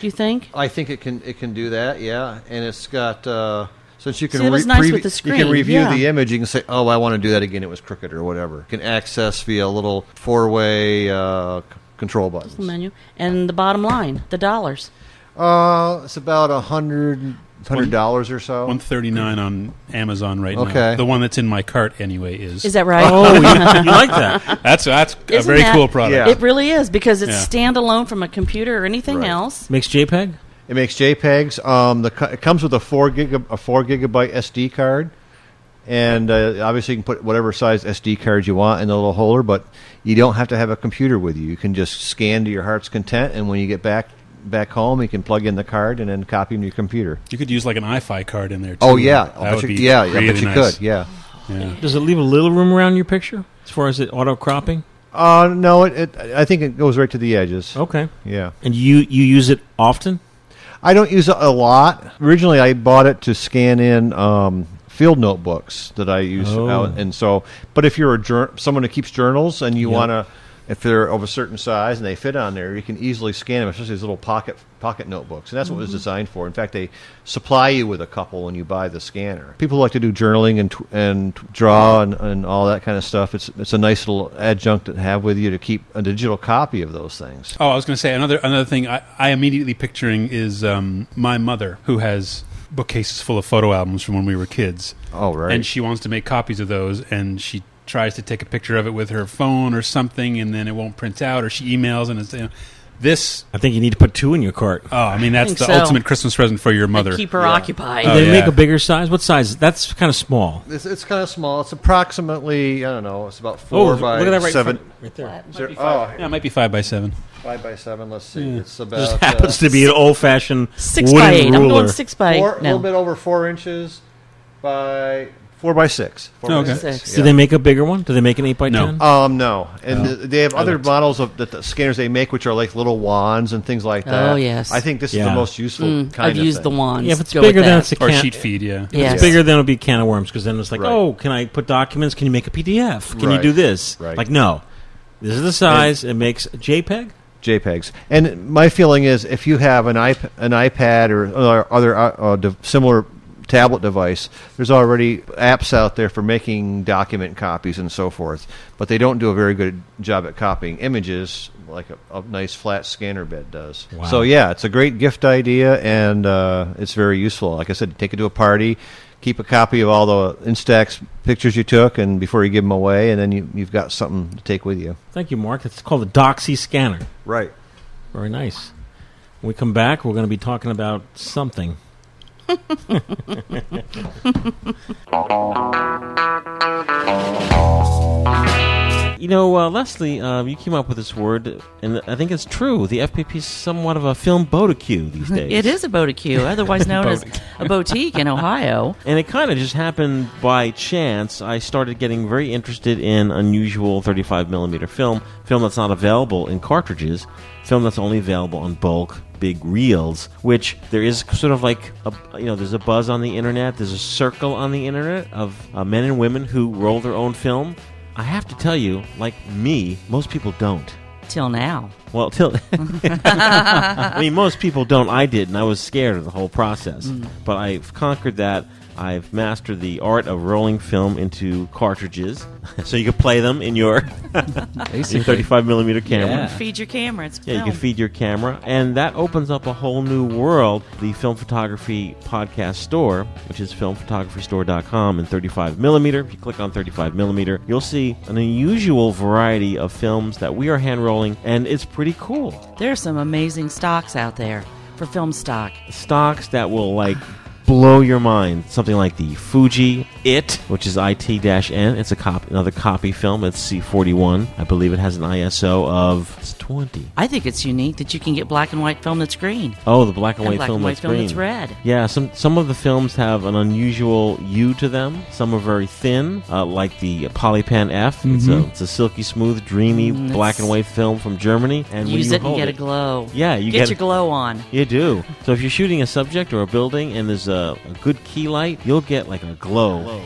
[SPEAKER 7] do you think?
[SPEAKER 3] I think it can it can do that, yeah. And it's got uh, Since you can,
[SPEAKER 7] See, that was nice with the
[SPEAKER 3] you
[SPEAKER 7] screen,
[SPEAKER 3] can review
[SPEAKER 7] yeah.
[SPEAKER 3] the image, you can say, "Oh, I want to do that again. It was crooked or whatever." You can access via little four-way uh, c- control
[SPEAKER 7] The
[SPEAKER 3] buttons.
[SPEAKER 7] menu and the bottom line, the dollars.
[SPEAKER 3] Uh, it's about a hundred hundred dollars or so.
[SPEAKER 4] One thirty nine on Amazon right now.
[SPEAKER 3] Okay.
[SPEAKER 4] The one that's in my cart anyway is.
[SPEAKER 7] Is that right?
[SPEAKER 2] Oh, you, you like that?
[SPEAKER 4] that's that's a
[SPEAKER 7] Isn't
[SPEAKER 4] very
[SPEAKER 7] that-
[SPEAKER 4] cool product.
[SPEAKER 3] Yeah.
[SPEAKER 7] It really is because it's
[SPEAKER 4] Yeah.
[SPEAKER 7] standalone from a computer or anything
[SPEAKER 3] Right.
[SPEAKER 7] else.
[SPEAKER 2] Makes JPEG.
[SPEAKER 3] It makes JPEGs. Um, the co- it comes with a four gig a four gigabyte SD card, and uh, obviously you can put whatever size SD card you want in the little holder. But you don't have to have a computer with you. You can just scan to your heart's content, and when you get back back home, you can plug in the card and then copy into your computer.
[SPEAKER 4] You could use like an iFi card in there. too.
[SPEAKER 3] Oh yeah,
[SPEAKER 4] that
[SPEAKER 3] I bet
[SPEAKER 4] would
[SPEAKER 3] you,
[SPEAKER 4] be
[SPEAKER 3] yeah,
[SPEAKER 4] really
[SPEAKER 3] yeah, but you
[SPEAKER 4] nice.
[SPEAKER 3] could, yeah.
[SPEAKER 2] Does it leave a little room around your picture as far as it auto cropping?
[SPEAKER 3] Uh, no, it, it, I think it goes right to the
[SPEAKER 4] Oh.
[SPEAKER 3] edges.
[SPEAKER 2] Okay.
[SPEAKER 3] Yeah.
[SPEAKER 2] And you you use it often?
[SPEAKER 3] I don't use it a lot. Originally, I bought it to scan in um, field notebooks that I use,
[SPEAKER 2] Oh.
[SPEAKER 3] out, and so. But if you're a jour- someone who keeps journals and you
[SPEAKER 2] Yeah.
[SPEAKER 3] want to, if they're of a certain size and they fit on there, you can easily scan them, especially these little pocket pocket notebooks, and that's what it was designed for. In fact, they supply you with a couple when you buy the scanner. People like to do journaling and tw- and t- draw and, and all that kind of stuff. It's it's a nice little adjunct to have with you to keep a digital copy of those things.
[SPEAKER 4] Oh, I was going to say another another thing I, I immediately picturing is um, my mother who has bookcases full of photo albums from when we were kids.
[SPEAKER 3] Oh, right.
[SPEAKER 4] And she wants to make copies of those, and she tries to take a picture of it with her phone or something, and then it won't print out, or she emails, and it's you know, this.
[SPEAKER 2] I think you need to put two in your cart.
[SPEAKER 4] Oh, I mean that's
[SPEAKER 7] think
[SPEAKER 4] the
[SPEAKER 7] so.
[SPEAKER 4] ultimate Christmas present for your mother.
[SPEAKER 7] And keep her occupied.
[SPEAKER 4] Oh,
[SPEAKER 2] they
[SPEAKER 4] yeah.
[SPEAKER 2] make a bigger size. What size? That's kind of small.
[SPEAKER 3] It's, it's kind of small. It's approximately I don't know. It's about
[SPEAKER 2] Oh,
[SPEAKER 3] four by
[SPEAKER 2] look at that right
[SPEAKER 3] seven.
[SPEAKER 2] front- right there.
[SPEAKER 3] Is there- oh,
[SPEAKER 4] yeah, it might be five by seven.
[SPEAKER 3] five by seven. Let's see. It's about
[SPEAKER 2] Just
[SPEAKER 3] uh,
[SPEAKER 2] happens to be an old fashioned
[SPEAKER 7] Six
[SPEAKER 2] wooden
[SPEAKER 7] by eight.
[SPEAKER 2] ruler.
[SPEAKER 7] I'm going six by
[SPEAKER 3] four,
[SPEAKER 7] no.
[SPEAKER 3] a little bit over four inches by four by six. Four
[SPEAKER 4] Oh,
[SPEAKER 3] by
[SPEAKER 4] okay.
[SPEAKER 7] Six.
[SPEAKER 2] Do
[SPEAKER 3] yeah.
[SPEAKER 2] they make a bigger one? Do they make an eight by
[SPEAKER 4] No.
[SPEAKER 2] ten?
[SPEAKER 3] Um, no, and th- they have other models of that the scanners they make, which are like little wands and things like that.
[SPEAKER 7] Oh, yes.
[SPEAKER 3] I think this is
[SPEAKER 2] Yeah.
[SPEAKER 3] the most useful
[SPEAKER 7] Mm,
[SPEAKER 3] kind
[SPEAKER 7] I've
[SPEAKER 3] of
[SPEAKER 7] used the
[SPEAKER 3] thing.
[SPEAKER 7] wands.
[SPEAKER 2] Yeah, if it's
[SPEAKER 7] Go
[SPEAKER 2] bigger
[SPEAKER 7] with
[SPEAKER 2] than
[SPEAKER 7] that.
[SPEAKER 2] it's a
[SPEAKER 4] Or
[SPEAKER 2] can.
[SPEAKER 4] sheet feed, yeah.
[SPEAKER 2] If
[SPEAKER 7] Yes.
[SPEAKER 2] it's bigger, then it'll be a can of worms because then it's like,
[SPEAKER 3] Right.
[SPEAKER 2] oh, can I put documents? Can you make a PDF? Can you
[SPEAKER 3] Right.
[SPEAKER 2] do this?
[SPEAKER 3] Right.
[SPEAKER 2] Like, no. This is the size. it makes JPEG.
[SPEAKER 3] JPEGs. And my feeling is, if you have an iP- an iPad or other, other uh, uh, de- similar tablet device, there's already apps out there for making document copies and so forth. But they don't do a very good job at copying images like a, a nice flat scanner bed does.
[SPEAKER 2] Wow.
[SPEAKER 3] So yeah, it's a great gift idea, and uh, it's very useful. Like I said, take it to a party. Keep a copy of all the Instax pictures you took, and before you give them away, and then you, you've got something to take with you.
[SPEAKER 2] Thank you, Mark. It's called the Doxy Scanner.
[SPEAKER 3] Right.
[SPEAKER 2] Very nice. When we come back, we're going to be talking about something. you know, uh, Leslie, uh, you came up with this word, and I think it's true. The FPP is somewhat of a film bodicue these days.
[SPEAKER 7] It is a boaticue, otherwise known as a boutique in Ohio.
[SPEAKER 2] And it kind of just happened by chance. I started getting very interested in unusual 35 millimeter film, film that's not available in cartridges, film that's only available on bulk big reels. Which there is sort of like a you know there's a buzz on the internet. There's a circle on the internet of uh, men and women who roll their own film. I have to tell you, like me, most people don't.
[SPEAKER 7] Till now.
[SPEAKER 2] Well, till I mean, most people don't. I did, and I was scared of the whole process.
[SPEAKER 7] Mm.
[SPEAKER 2] But I've conquered that. I've mastered the art of rolling film into cartridges, so you can play them in your, your 35 millimeter camera.
[SPEAKER 9] Yeah.
[SPEAKER 7] Feed your camera. It's
[SPEAKER 2] Yeah, you
[SPEAKER 7] film.
[SPEAKER 2] can feed your camera, and that opens up a whole new world. The Film Photography Podcast Store, which is filmphotographystore.com, and 35 millimeter. If you click on 35 millimeter, you'll see an unusual variety of films that we are hand rolling, and it's pretty cool.
[SPEAKER 7] There are some amazing stocks out there for film stock.
[SPEAKER 2] Stocks that will like blow your mind. Something like the Fuji It, which is IT-N. It's a cop, another copy film. It's C41. I believe it has an ISO of it's 20.
[SPEAKER 7] I think it's unique that you can get black and white film that's green.
[SPEAKER 2] Oh, the black and
[SPEAKER 7] And
[SPEAKER 2] white
[SPEAKER 7] black
[SPEAKER 2] film
[SPEAKER 7] and white
[SPEAKER 2] that's
[SPEAKER 7] film
[SPEAKER 2] green.
[SPEAKER 7] that's red.
[SPEAKER 2] Yeah, some some of the films have an unusual hue to them. Some are very thin, uh, like the Polypan F. It's,
[SPEAKER 7] Mm-hmm.
[SPEAKER 2] a, it's a silky smooth, dreamy black and white film from Germany. And when
[SPEAKER 7] Mm, Use
[SPEAKER 2] you
[SPEAKER 7] it and
[SPEAKER 2] hold
[SPEAKER 7] get a glow.
[SPEAKER 2] Yeah, you
[SPEAKER 7] get,
[SPEAKER 2] get-
[SPEAKER 7] your glow on.
[SPEAKER 2] You do. So if you're shooting a subject or a building and there's a, a good key light, you'll get like a glow.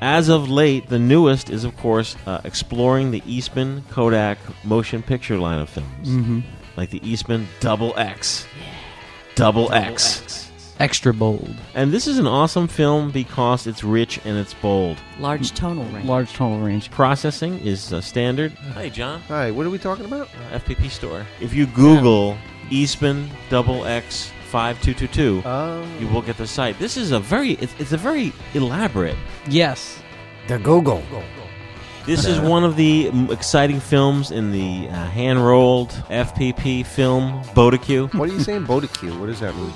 [SPEAKER 2] As of late, the newest is, of course, uh, exploring the Eastman Kodak motion picture line of films, mm-hmm. like the Eastman Double X, Double, X.
[SPEAKER 10] Extra bold.
[SPEAKER 2] And this is an awesome film because it's rich and it's bold.
[SPEAKER 7] Large tonal range.
[SPEAKER 10] Large tonal range.
[SPEAKER 2] Processing is uh, standard. Hey, John.
[SPEAKER 3] Hi, what are we talking about?
[SPEAKER 2] Uh, FPP store. If you Google Eastman Double X five two two two,
[SPEAKER 3] Um,
[SPEAKER 2] you will get the site. This is a very it's, it's a very elaborate.
[SPEAKER 10] Yes.
[SPEAKER 11] The Google.
[SPEAKER 2] This is one of the m- exciting films in the uh, hand rolled FPP film Bodicue.
[SPEAKER 11] What are you saying, Bodicue? What does that mean?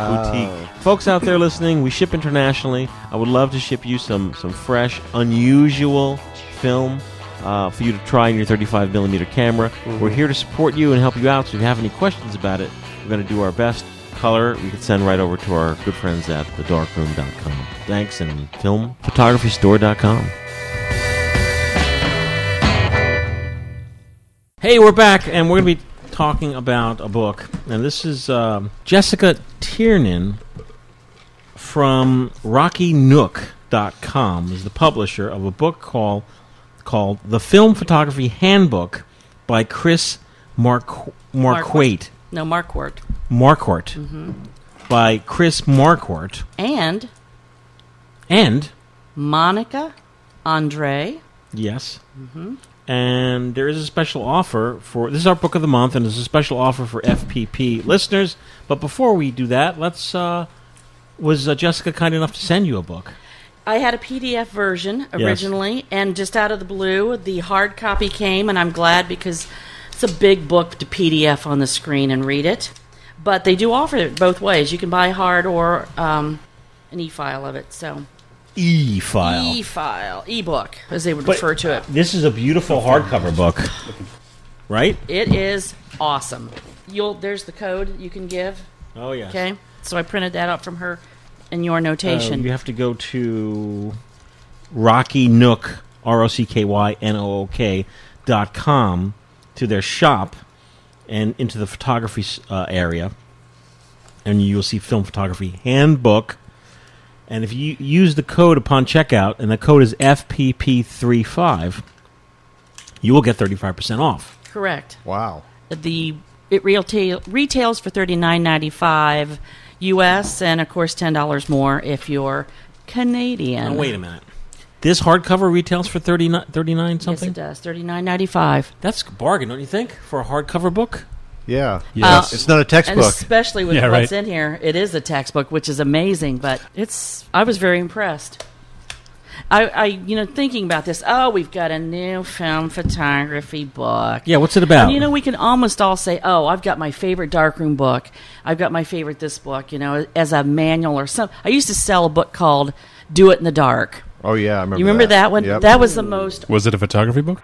[SPEAKER 11] Oh.
[SPEAKER 2] boutique. Folks out there listening, we ship internationally. I would love to ship you some some fresh, unusual film uh, for you to try in your 35 millimeter camera.
[SPEAKER 11] Mm-hmm.
[SPEAKER 2] We're here to support you and help you out. So if you have any questions about it, we're going to do our best. Color you can send right over to our good friends at thedarkroom.com. Thanks and filmphotographystore.com. Hey, we're back, and we're going to be talking about a book. And this is um, Jessica Tiernan from RockyNook.com is the publisher of a book called called The Film Photography Handbook by Chris Marqu- Marquate.
[SPEAKER 7] No, Marquardt.
[SPEAKER 2] Marquardt. By Chris Marquardt.
[SPEAKER 7] And
[SPEAKER 2] And,
[SPEAKER 7] Monica, Andre.
[SPEAKER 2] yes, and there is a special offer for this is our book of the month and there's a special offer for fpp listeners but before we do that let's uh was uh, jessica kind enough to send you a book
[SPEAKER 7] I had a PDF version
[SPEAKER 2] Yes.
[SPEAKER 7] originally, and just out of the blue, the hard copy came, and I'm glad because it's a big book to PDF on the screen and read it. But they do offer it both ways. You can buy hard or um, an e-file of it. So
[SPEAKER 2] e-file
[SPEAKER 7] e-file, e-book, as they would
[SPEAKER 2] But-
[SPEAKER 7] refer to it.
[SPEAKER 2] this is a beautiful hardcover book right
[SPEAKER 7] It is awesome. You'll there's the code you can give.
[SPEAKER 2] Oh yes.
[SPEAKER 7] Okay, so I printed that out from her in your notation.
[SPEAKER 2] Uh, you have to go to Rocky Nook, R O C K Y N O O K dot com to their shop and into the photography s- uh, area, and you'll see film photography handbook. And if you use the code upon checkout, and the code is FPP35, you will get 35% off.
[SPEAKER 7] Correct.
[SPEAKER 3] Wow.
[SPEAKER 7] the it retail, retails for thirty nine ninety five U.S. and of course ten dollars more if you're Canadian.
[SPEAKER 2] Now, Oh, wait a minute. This hardcover retails for 39, 39
[SPEAKER 7] uh, Yes,
[SPEAKER 2] something?
[SPEAKER 7] it does thirty nine ninety five.
[SPEAKER 2] That's a bargain, don't you think, for a hardcover book?
[SPEAKER 3] Yeah.
[SPEAKER 7] Yes.
[SPEAKER 3] it's not a
[SPEAKER 7] Uh, And
[SPEAKER 3] textbook.
[SPEAKER 7] especially with
[SPEAKER 4] Yeah,
[SPEAKER 7] what's
[SPEAKER 4] right.
[SPEAKER 7] in here, it is a textbook, which is amazing. But it's I was very impressed. I, I you know thinking about this. Oh, we've got a new film photography book.
[SPEAKER 2] Yeah, what's it about?
[SPEAKER 7] And, you know, we can almost all say, "Oh, I've got my favorite darkroom book. I've got my favorite this book." You know, as a manual or some. I used to sell a book called "Do It in the Dark."
[SPEAKER 3] Oh yeah, I remember.
[SPEAKER 7] you remember that, one?
[SPEAKER 3] Yep.
[SPEAKER 7] That was the most.
[SPEAKER 4] Was it a photography book?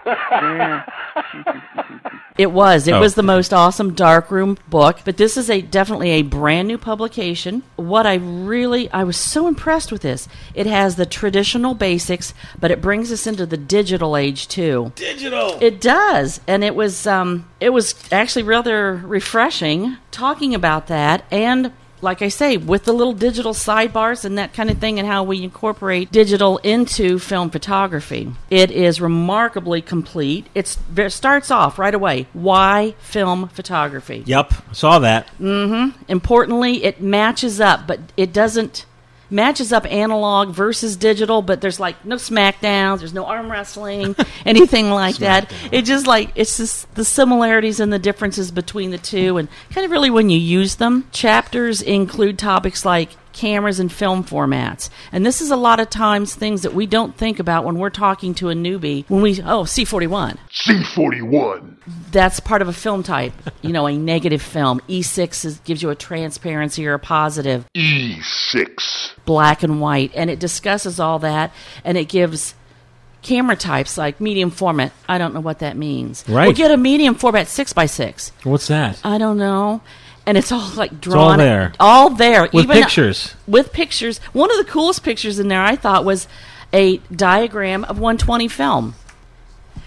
[SPEAKER 7] It was. It
[SPEAKER 4] Oh.
[SPEAKER 7] was the most awesome darkroom book. But this is a definitely a brand new publication. What I really I was so impressed with this. It has the traditional basics, but it brings us into the digital age too. Digital. It does, and it was um, it was actually rather refreshing talking about that and. Like I say, with the little digital sidebars and that kind of thing, and how we incorporate digital into film photography. It is remarkably complete. It's, it starts off right away. Why film photography?
[SPEAKER 2] Yep, saw that.
[SPEAKER 7] importantly it matches up but it doesn't matches up analog versus digital but there's like no smackdowns there's no arm wrestling anything like that it just like it's just the similarities and the differences between the two and kind of really when you use them chapters include topics like cameras and film formats and this is a lot of times things that we don't think about when we're talking to a newbie when we oh c41
[SPEAKER 6] C41.
[SPEAKER 7] that's part of a film type. You know, a negative film. E6 is, gives you a transparency or a positive,
[SPEAKER 6] E E6.
[SPEAKER 7] black and white, and it discusses all that, and it gives camera types like medium format. I don't know what that means.
[SPEAKER 2] Right.
[SPEAKER 7] Well, get a medium format six by six.
[SPEAKER 2] What's that?
[SPEAKER 7] I don't know. And it's all like drawn
[SPEAKER 2] all there.
[SPEAKER 7] all there,
[SPEAKER 2] With
[SPEAKER 7] even uh,
[SPEAKER 2] pictures.
[SPEAKER 7] With pictures. One of the coolest pictures in there I thought was a diagram of 120 film.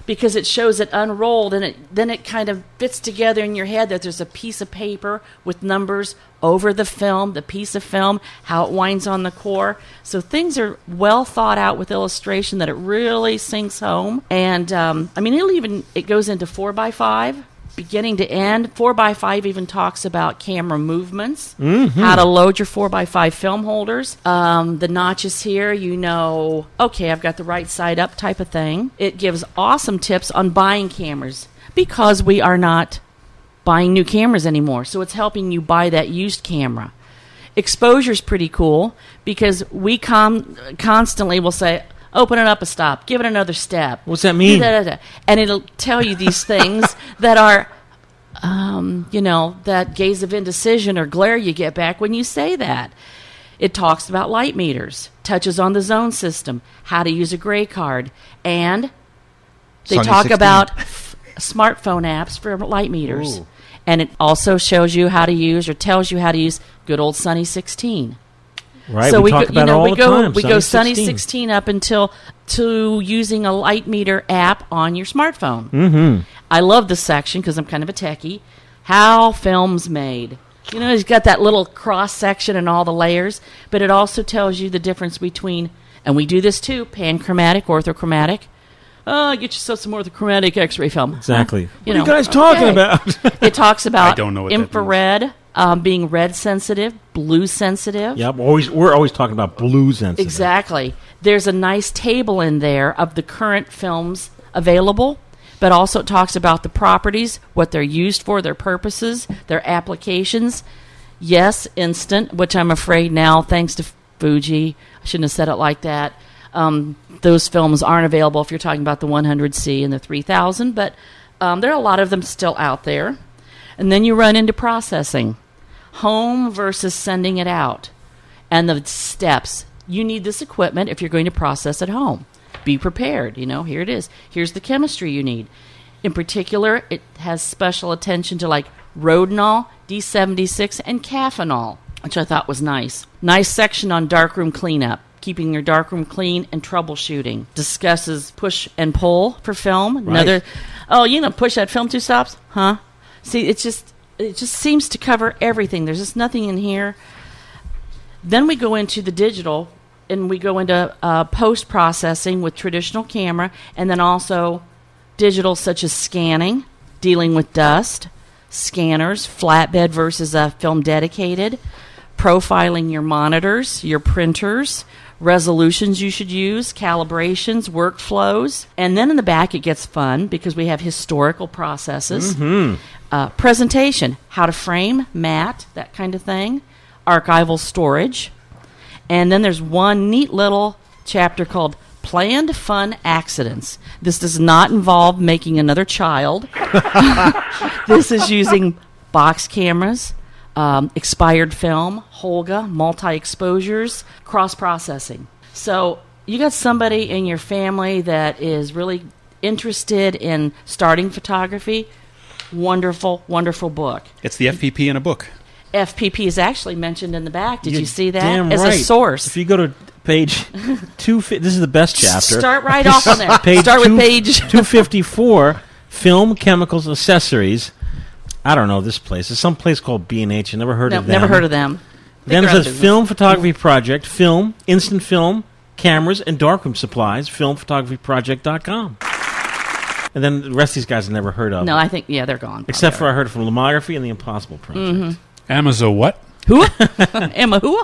[SPEAKER 7] Because it shows it unrolled and it then it kind of fits together in your head that there's a piece of paper with numbers over the film, the piece of film, how it winds on the core. So things are well thought out with illustration that it really sinks home. And um, I mean, it'll even it goes into four by five beginning to end. 4x5 even talks about camera
[SPEAKER 2] Mm.
[SPEAKER 7] movements,
[SPEAKER 12] Mhm.
[SPEAKER 7] how to load your 4x5 film holders. Um, the notches here, you know, okay, I've got the right side up type of thing. It gives awesome tips on buying cameras because we are not buying new cameras anymore. So it's helping you buy that used camera. Exposure's pretty cool because we com- constantly will say, open it up a stop, give it another step.
[SPEAKER 2] What's that mean?
[SPEAKER 7] Da, da, da. And it'll tell you these things that are, um, you know, that gaze of indecision or glare you get back when you say that. It talks about light meters, touches on the zone system, how to use a gray card, and they
[SPEAKER 12] Sony
[SPEAKER 7] talk
[SPEAKER 12] 16.
[SPEAKER 7] about f- smartphone apps for light meters.
[SPEAKER 12] Ooh.
[SPEAKER 7] And it also shows you how to use or tells you how to use good old Sunny 16.
[SPEAKER 2] Right,
[SPEAKER 7] So
[SPEAKER 2] we
[SPEAKER 7] we,
[SPEAKER 2] talk
[SPEAKER 7] go,
[SPEAKER 2] about
[SPEAKER 7] you
[SPEAKER 2] it
[SPEAKER 7] know,
[SPEAKER 2] all
[SPEAKER 7] we
[SPEAKER 2] the
[SPEAKER 7] go
[SPEAKER 2] time,
[SPEAKER 7] we go
[SPEAKER 2] Sunny
[SPEAKER 7] Sunny
[SPEAKER 2] 16.
[SPEAKER 7] 16 up until to using a light meter app on your smartphone.
[SPEAKER 2] Mm-hmm.
[SPEAKER 7] I love this section because I'm kind of a techie. How films made. You know, he's got that little cross section and all the layers, but it also tells you the difference between, and we do this too, panchromatic, orthochromatic. Oh, get yourself some orthochromatic X-ray film.
[SPEAKER 2] Exactly.
[SPEAKER 7] Huh?
[SPEAKER 2] What are you guys talking about?
[SPEAKER 7] it talks about
[SPEAKER 2] I don't know what that means.
[SPEAKER 7] infrared um, being red sensitive, blue sensitive.
[SPEAKER 2] Yep. Always, we're always talking about blue sensitive.
[SPEAKER 7] Exactly. There's a nice table in there of the current films available, but also it talks about the properties, what they're used for, their purposes, their applications. Yes, instant, which I'm afraid now, thanks to Fuji, I shouldn't have said it like that. Um, those films aren't available if you're talking about the 100C and the 3000, but um, there are a lot of them still out there. And then you run into processing home versus sending it out and the steps. You need this equipment if you're going to process at home. Be prepared. You know, here it is. Here's the chemistry you need. In particular, it has special attention to like rhodonol, D76, and caffeinol, which I thought was nice. Nice section on darkroom cleanup, keeping your darkroom clean and troubleshooting. Discusses push and pull for film. Another, oh, you know, push that film two stops, huh? See, it's just it just seems to cover everything. There's just nothing in here then we go into the digital and we go into uh, post processing with traditional camera and then also digital, such as scanning, dealing with dust, scanners, flatbed versus uh, film dedicated, profiling your monitors, your printers, resolutions you should use, calibrations, workflows. And then in the back, it gets fun because we have historical processes
[SPEAKER 2] Mhm.
[SPEAKER 7] uh, presentation, how to frame, mat, that kind of thing, archival storage. And then there's one neat little chapter called Planned Fun Accidents. This does not involve making another child. this is using box cameras, um, expired film, Holga, multi exposures, cross processing. So you got somebody in your family that is really interested in starting photography. Wonderful, wonderful book.
[SPEAKER 4] It's the FPP in a book.
[SPEAKER 7] FPP is actually mentioned in the back. Did
[SPEAKER 2] You're
[SPEAKER 7] you see that?
[SPEAKER 2] damn
[SPEAKER 7] As
[SPEAKER 2] right.
[SPEAKER 7] a source.
[SPEAKER 2] If you go to page two, fi- this is the best chapter.
[SPEAKER 7] start right off on there.
[SPEAKER 2] page
[SPEAKER 7] Start with
[SPEAKER 2] two-
[SPEAKER 7] page-
[SPEAKER 2] 254, film, chemicals, accessories. I don't know this place. It's some place called B&H. I never heard
[SPEAKER 7] No,
[SPEAKER 2] of them.
[SPEAKER 7] never heard of them. I think
[SPEAKER 2] Then it
[SPEAKER 7] they're out of
[SPEAKER 2] says
[SPEAKER 7] business.
[SPEAKER 2] film photography project, film, instant film, cameras, and darkroom supplies, filmphotographyproject.com. And then the rest of these guys I never heard of.
[SPEAKER 7] No, I think yeah, they're gone.
[SPEAKER 2] Except for I heard from Lomography and the Impossible Project.
[SPEAKER 7] hmm
[SPEAKER 4] Amazon what?
[SPEAKER 7] Who? Emma, who?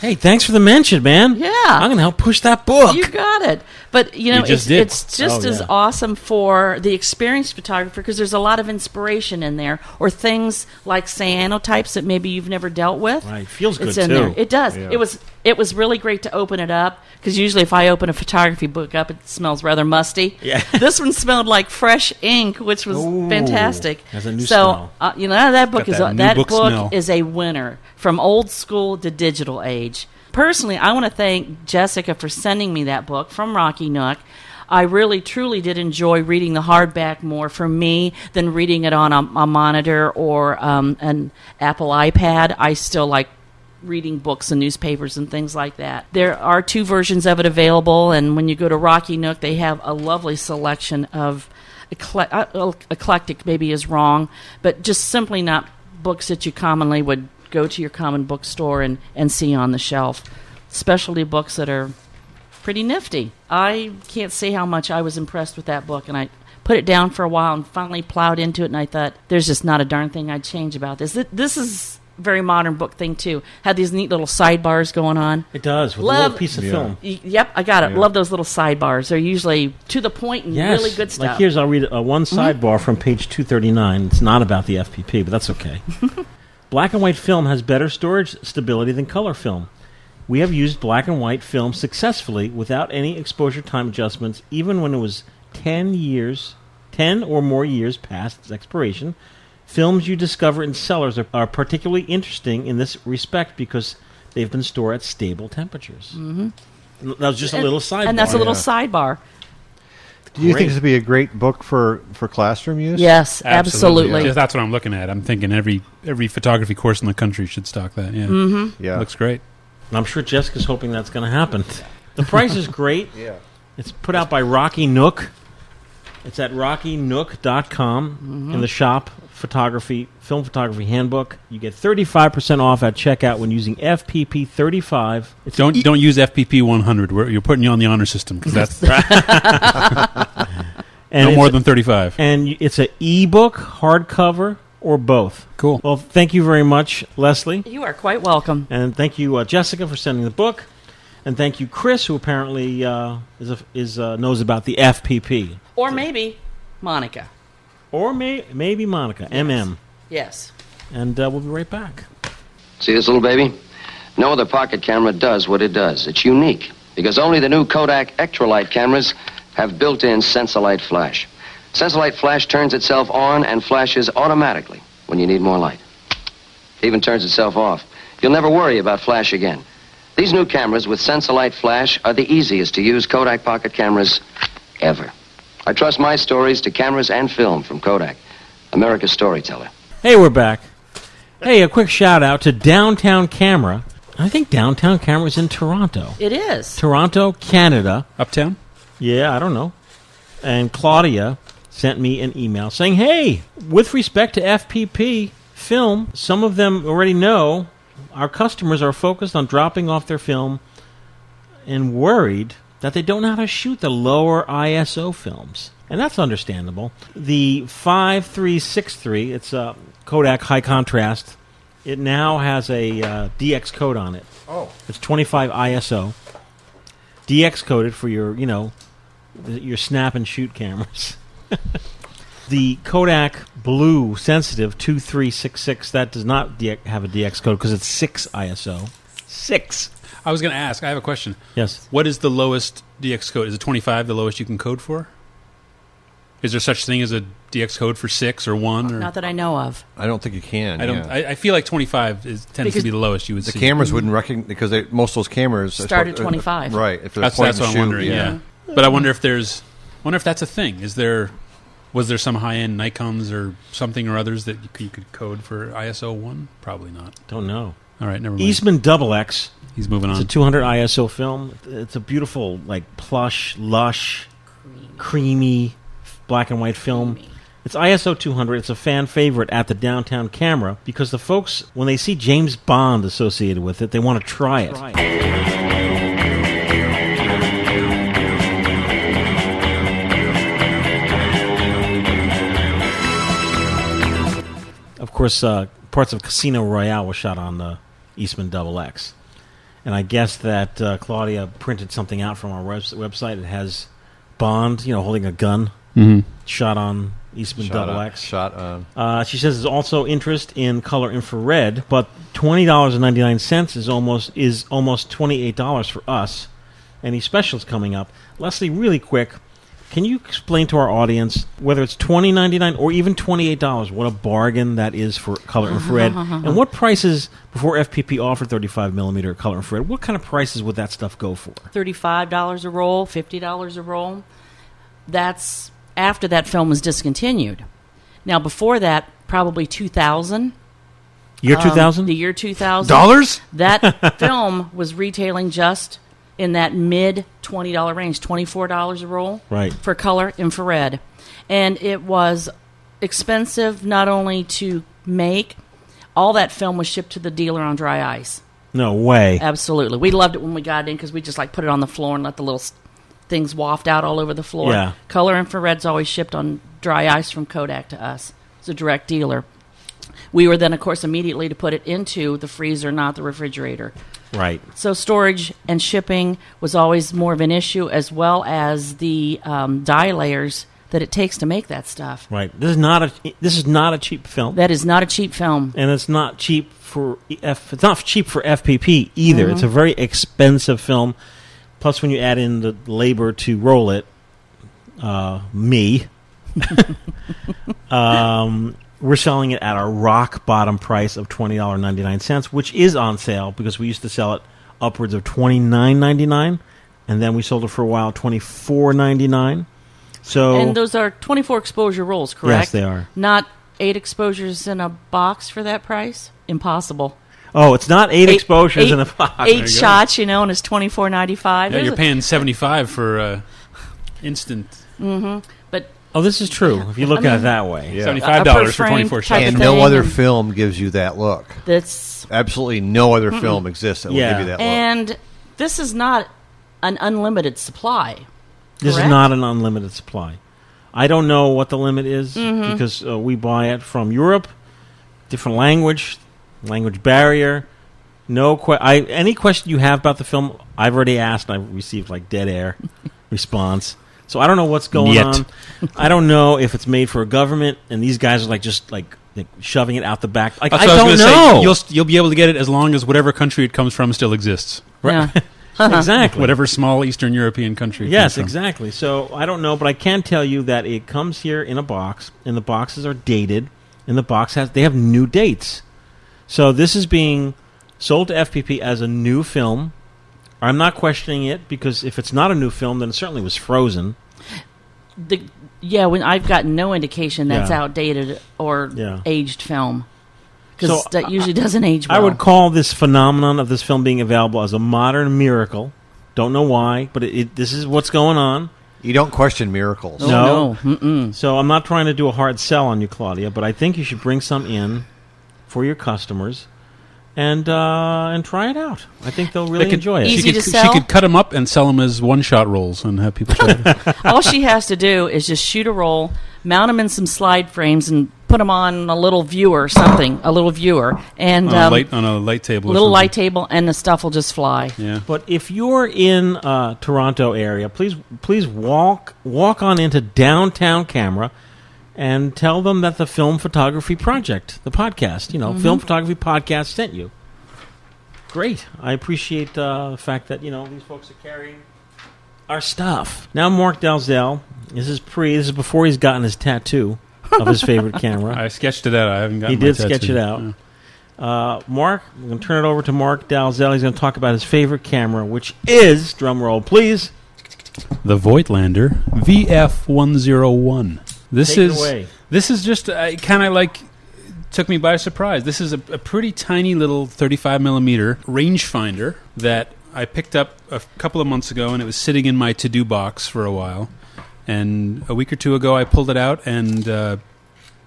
[SPEAKER 2] Hey, thanks for the mention, man.
[SPEAKER 7] Yeah.
[SPEAKER 2] I'm going to help push that book.
[SPEAKER 7] You got it. But you know,
[SPEAKER 2] You just did.
[SPEAKER 7] it's, it's just
[SPEAKER 2] Oh,
[SPEAKER 7] as
[SPEAKER 2] yeah.
[SPEAKER 7] awesome for the experienced photographer because there's a lot of inspiration in there, or things like cyanotypes that maybe you've never dealt with.
[SPEAKER 2] Right. Feels
[SPEAKER 7] It's
[SPEAKER 2] good,
[SPEAKER 7] in
[SPEAKER 2] too.
[SPEAKER 7] there. It does.
[SPEAKER 2] Yeah.
[SPEAKER 7] It was it was really great to open it up because usually if I open a photography book up, it smells rather musty.
[SPEAKER 2] Yeah.
[SPEAKER 7] this one smelled like fresh ink, which was
[SPEAKER 2] Ooh.
[SPEAKER 7] fantastic.
[SPEAKER 2] Has a new
[SPEAKER 7] so
[SPEAKER 2] smell.
[SPEAKER 7] Uh, you know that book
[SPEAKER 2] Got
[SPEAKER 7] is
[SPEAKER 2] that
[SPEAKER 7] a,
[SPEAKER 2] new
[SPEAKER 7] that
[SPEAKER 2] book
[SPEAKER 7] book,
[SPEAKER 2] smell.
[SPEAKER 7] is a winner from old school to digital age. Personally, I want to thank Jessica for sending me that book from Rocky Nook. I really truly did enjoy reading the hardback more for me than reading it on a, a monitor or um, an Apple iPad. I still like reading books and newspapers and things like that. There are two versions of it available, and when you go to Rocky Nook, they have a lovely selection of ecle- uh, uh, eclectic, maybe is wrong, but just simply not books that you commonly would go to your common bookstore and, and see on the shelf. Specialty books that are pretty nifty. I can't say how much I was impressed with that book, and I put it down for a while and finally plowed into it. And I thought, there's just not a darn thing I'd change about this. Th- This is a very modern book thing too. Had these neat little sidebars going on.
[SPEAKER 2] It does with a little piece of film.
[SPEAKER 7] Y- Yep, I got it.
[SPEAKER 2] Yeah.
[SPEAKER 7] Love those little sidebars. They're usually to the point and
[SPEAKER 2] Yes.
[SPEAKER 7] really good stuff.
[SPEAKER 2] Like here's I'll read uh, one
[SPEAKER 7] Mhm.
[SPEAKER 2] sidebar from page 239. It's not about the FPP, but that's okay. black and white film has better storage stability than color film. We have used black and white film successfully without any exposure time adjustments even when it was 10 years 10 or more years past its expiration. Films you discover in cellars are, are particularly interesting in this respect because they've been stored at stable temperatures.
[SPEAKER 7] Mhm.
[SPEAKER 2] That was just a
[SPEAKER 7] And-
[SPEAKER 2] little sidebar.
[SPEAKER 7] and that's a little sidebar.
[SPEAKER 3] Do you
[SPEAKER 2] Great.
[SPEAKER 3] think this would be a great book for, for classroom use?
[SPEAKER 4] Yeah, that's what I'm looking at. I'm thinking every every photography course in the country should stock that. Yeah,
[SPEAKER 7] Mm-hmm.
[SPEAKER 2] Mhm.
[SPEAKER 3] Yeah.
[SPEAKER 4] looks great.
[SPEAKER 2] And I'm sure Jessica's hoping that's going to happen. The price is great.
[SPEAKER 3] Yeah.
[SPEAKER 2] It's put out by Rocky Nook. It's at rockynook.com
[SPEAKER 12] Mhm.
[SPEAKER 2] in the shop photography film photography handbook. You get 35% off at checkout when using FPP35. It's
[SPEAKER 4] Don't don't use FPP 100. We're, you're putting you on the honor system because that's no
[SPEAKER 2] it's
[SPEAKER 4] more
[SPEAKER 2] a-
[SPEAKER 4] than 35.
[SPEAKER 2] And y- it's an ebook, hardcover, or both.
[SPEAKER 4] Cool.
[SPEAKER 2] Well, thank you very much, Leslie.
[SPEAKER 7] You are quite welcome.
[SPEAKER 2] And thank you, uh, Jessica, for sending the book. And thank you, Chris, who apparently uh, is, a, is uh, knows about the FPP.
[SPEAKER 7] Or maybe Monica.
[SPEAKER 2] Or may, maybe Monica, MM.
[SPEAKER 7] Yes.
[SPEAKER 2] And uh, we'll be right back.
[SPEAKER 13] See this little baby? No other pocket camera does what it does. It's unique because only the new Kodak Ectrolight cameras have built-in Sensolite flash. Sensolite flash turns itself on and flashes automatically when you need more light. Even turns itself off. You'll never worry about flash again. These new cameras with Sensolite flash are the easiest to use Kodak pocket cameras ever. I trust my stories to cameras and film from Kodak, America's storyteller.
[SPEAKER 2] Hey, we're back. Hey, a quick shout out to Downtown Camera. I think Downtown Camera's in Toronto.
[SPEAKER 7] It is.
[SPEAKER 2] Toronto, Canada.
[SPEAKER 4] Uptown?
[SPEAKER 2] Yeah, I don't know. And Claudia sent me an email saying, hey, with respect to FPP film, some of them already know our customers are focused on dropping off their film and worried that they don't know how to shoot the lower ISO films. And that's understandable. The 5363, it's a Kodak high contrast. It now has a uh, DX code on it.
[SPEAKER 3] Oh.
[SPEAKER 2] It's 25 ISO. DX coded for your, you know, th- your snap and shoot cameras. the Kodak Blue Sensitive 2366, that does not DX have a DX code because it's 6 ISO. Six.
[SPEAKER 4] I was going to ask. I have a question.
[SPEAKER 2] Yes.
[SPEAKER 4] What is the lowest DX code? Is it 25 the lowest you can code for? Is there such thing as a DX code for six or one? Or?
[SPEAKER 7] Not that I know of.
[SPEAKER 3] I don't think you can.
[SPEAKER 4] I don't.
[SPEAKER 3] yeah.
[SPEAKER 4] I, I feel like 25 is, tends
[SPEAKER 7] Because-
[SPEAKER 4] to be the lowest you would
[SPEAKER 3] the
[SPEAKER 4] see.
[SPEAKER 3] cameras wouldn't recognize because they, most of those cameras are
[SPEAKER 7] Start at
[SPEAKER 3] supposed-
[SPEAKER 7] 25.
[SPEAKER 3] Right. If they're
[SPEAKER 4] that's
[SPEAKER 3] point
[SPEAKER 4] that's
[SPEAKER 3] and
[SPEAKER 4] what I'm
[SPEAKER 3] shoot,
[SPEAKER 4] wondering. Yeah. but I wonder if there's. Wonder if that's a thing. Is there? Was there some high end Nikon's or something or others that you could, you could code for ISO one? Probably not.
[SPEAKER 2] Don't know.
[SPEAKER 4] All right, never mind.
[SPEAKER 2] Eastman Double X.
[SPEAKER 4] He's moving
[SPEAKER 2] It's
[SPEAKER 4] on.
[SPEAKER 2] a 200 ISO film. It's a beautiful, like plush, lush, creamy, f- black and white film. It's ISO 200. It's a fan favorite at the downtown camera because the folks, when they see James Bond associated with it, they want to try it. Of course, uh, parts of Casino Royale was shot on the Eastman Double X, and I guess that uh, Claudia printed something out from our webs- website. It has Bond, you know, holding a gun,
[SPEAKER 4] Mhm.
[SPEAKER 2] shot on Eastman
[SPEAKER 3] Shot
[SPEAKER 2] Double
[SPEAKER 3] on-
[SPEAKER 2] X.
[SPEAKER 3] shot on.
[SPEAKER 2] Uh, she says there's also interest in color infrared, but twenty dollars and ninety nine cents is almost is almost twenty eight dollars for us. Any specials coming up? Leslie, really quick, can you explain to our audience whether it's twenty ninety nine or even twenty eight dollars? What a bargain that is for color infrared, and what prices before FPP offered thirty five millimeter color infrared? What kind of prices would that stuff go for?
[SPEAKER 7] $35 a roll, $50 a roll. That's after that film was discontinued. Now, before that, probably 2000.
[SPEAKER 2] Year
[SPEAKER 7] Um,
[SPEAKER 2] two thousand.
[SPEAKER 7] the year 2000.
[SPEAKER 2] Dollars?
[SPEAKER 7] That film was retailing just in that mid $20 range, $24 a roll.
[SPEAKER 2] Right.
[SPEAKER 7] For color infrared. And it was expensive not only to make, all that film was shipped to the dealer on dry ice.
[SPEAKER 2] No way.
[SPEAKER 7] Absolutely. We loved it when we got it in because we just like put it on the floor and let the little s- things waft out all over the floor.
[SPEAKER 2] Yeah.
[SPEAKER 7] Color infrared's always shipped on dry ice from Kodak to us. It's a direct dealer. We were then, of course, immediately to put it into the freezer, not the refrigerator.
[SPEAKER 2] Right.
[SPEAKER 7] So storage and shipping was always more of an issue, as well as the um, dye layers that it takes to make that stuff.
[SPEAKER 2] Right. This is not a this is not a cheap film.
[SPEAKER 7] That is not a cheap film.
[SPEAKER 2] And it's not cheap for F, it's not cheap for FPP either.
[SPEAKER 7] Mhm.
[SPEAKER 2] It's a very expensive film. Plus, when you add in the labor to roll it, uh, me, um, we're selling it at our rock bottom price of twenty dollar ninety nine cents, which is on sale because we used to sell it upwards of twenty nine ninety nine, and then we sold it for a while twenty four ninety nine. So
[SPEAKER 7] and those are 24 exposure rolls, correct?
[SPEAKER 2] Yes, they are.
[SPEAKER 7] Not eight exposures in a box for that price? Impossible.
[SPEAKER 2] Oh, it's not eight, exposures
[SPEAKER 7] eight-
[SPEAKER 2] in a box.
[SPEAKER 7] Eight shots, you know, and it's 24.95.
[SPEAKER 4] Yeah, you're paying seventy five for uh, instant.
[SPEAKER 7] Mm-hmm. But
[SPEAKER 2] Oh, this is true. If you look
[SPEAKER 7] I
[SPEAKER 2] at it
[SPEAKER 7] mean,
[SPEAKER 2] that way,
[SPEAKER 7] Yeah. $75 A- a per for frame 24 type shots.
[SPEAKER 3] And
[SPEAKER 7] of
[SPEAKER 3] no
[SPEAKER 7] thing,
[SPEAKER 3] other
[SPEAKER 7] and-
[SPEAKER 3] film gives you that look.
[SPEAKER 7] That's-
[SPEAKER 3] absolutely no other
[SPEAKER 7] Mm-mm.
[SPEAKER 3] film exists that will give you that look.
[SPEAKER 7] And this is not an unlimited supply.
[SPEAKER 2] This
[SPEAKER 7] correct?
[SPEAKER 2] is not an unlimited supply. I don't know what the limit is
[SPEAKER 7] Mhm.
[SPEAKER 2] because uh, we buy it from Europe, different language, language barrier. No, que- I, any question you have about the film, I've already asked. and I've received like dead air response. So I don't know what's going
[SPEAKER 4] Yet.
[SPEAKER 2] on. I don't know if it's made for a government, and these guys are like just like, like shoving it out the back. Like
[SPEAKER 4] That's
[SPEAKER 2] I
[SPEAKER 4] what
[SPEAKER 2] don't
[SPEAKER 4] Oh, was gonna
[SPEAKER 2] know.
[SPEAKER 4] Say, you'll st- you'll be able to get it as long as whatever country it comes from still exists.
[SPEAKER 2] Right. Yeah. Exactly.
[SPEAKER 4] Whatever small Eastern European country. it
[SPEAKER 2] Yes,
[SPEAKER 4] comes from.
[SPEAKER 2] exactly. So I don't know, but I can tell you that it comes here in a box, and the boxes are dated, and the box has they have new dates. So this is being sold to FPP as a new film. I'm not questioning it because if it's not a new film, then it certainly was frozen.
[SPEAKER 7] The, yeah, when I've gotten no indication that's
[SPEAKER 2] Yeah.
[SPEAKER 7] outdated or
[SPEAKER 2] Yeah.
[SPEAKER 7] aged film. Because
[SPEAKER 2] So
[SPEAKER 7] that usually doesn't age well.
[SPEAKER 2] I would call this phenomenon of this film being available as a modern miracle. Don't know why, but it, it, this is what's going on.
[SPEAKER 3] You don't question miracles.
[SPEAKER 2] No.
[SPEAKER 7] Oh, Mm-mm.
[SPEAKER 2] So I'm not trying to do a hard sell on you, Claudia, but I think you should bring some in for your customers and uh, and try it out. I think they'll really
[SPEAKER 4] They could-
[SPEAKER 2] enjoy it.
[SPEAKER 7] Easy
[SPEAKER 4] she
[SPEAKER 7] to
[SPEAKER 4] could, she
[SPEAKER 7] sell.
[SPEAKER 4] could cut them up and sell them as one shot rolls and have people. Try them.
[SPEAKER 7] All she has to do is just shoot a roll, mount them in some slide frames, and put them on a little viewer, something, a little viewer, and
[SPEAKER 4] on, a
[SPEAKER 7] um,
[SPEAKER 4] light, on a light table. or
[SPEAKER 7] little
[SPEAKER 4] something.
[SPEAKER 7] light table, and the stuff will just fly.
[SPEAKER 4] Yeah.
[SPEAKER 2] But if you're in uh, Toronto area, please please walk walk on into downtown camera and tell them that the film photography project, the podcast, you know,
[SPEAKER 4] Mhm.
[SPEAKER 2] film photography podcast sent you. Great. I appreciate uh, the fact that you know these folks are carrying our stuff. Now Mark Dalzell. This is pre. This is before he's gotten his tattoo of his favorite camera.
[SPEAKER 4] I sketched it out. I haven't
[SPEAKER 2] He
[SPEAKER 4] gotten. my
[SPEAKER 2] did sketch
[SPEAKER 4] tattoo.
[SPEAKER 2] it out. Uh, Mark, I'm going to turn it over to Mark Dalzell. He's going to talk about his favorite camera, which is drum roll, please.
[SPEAKER 4] The Voigtlander VF101. This
[SPEAKER 2] Take it
[SPEAKER 4] is
[SPEAKER 2] away.
[SPEAKER 4] this is just I kind of like took me by surprise. This is a, a pretty tiny little 35 millimeter rangefinder that I picked up a f- couple of months ago, and it was sitting in my to-do box for a while. And a week or two ago, I pulled it out and uh,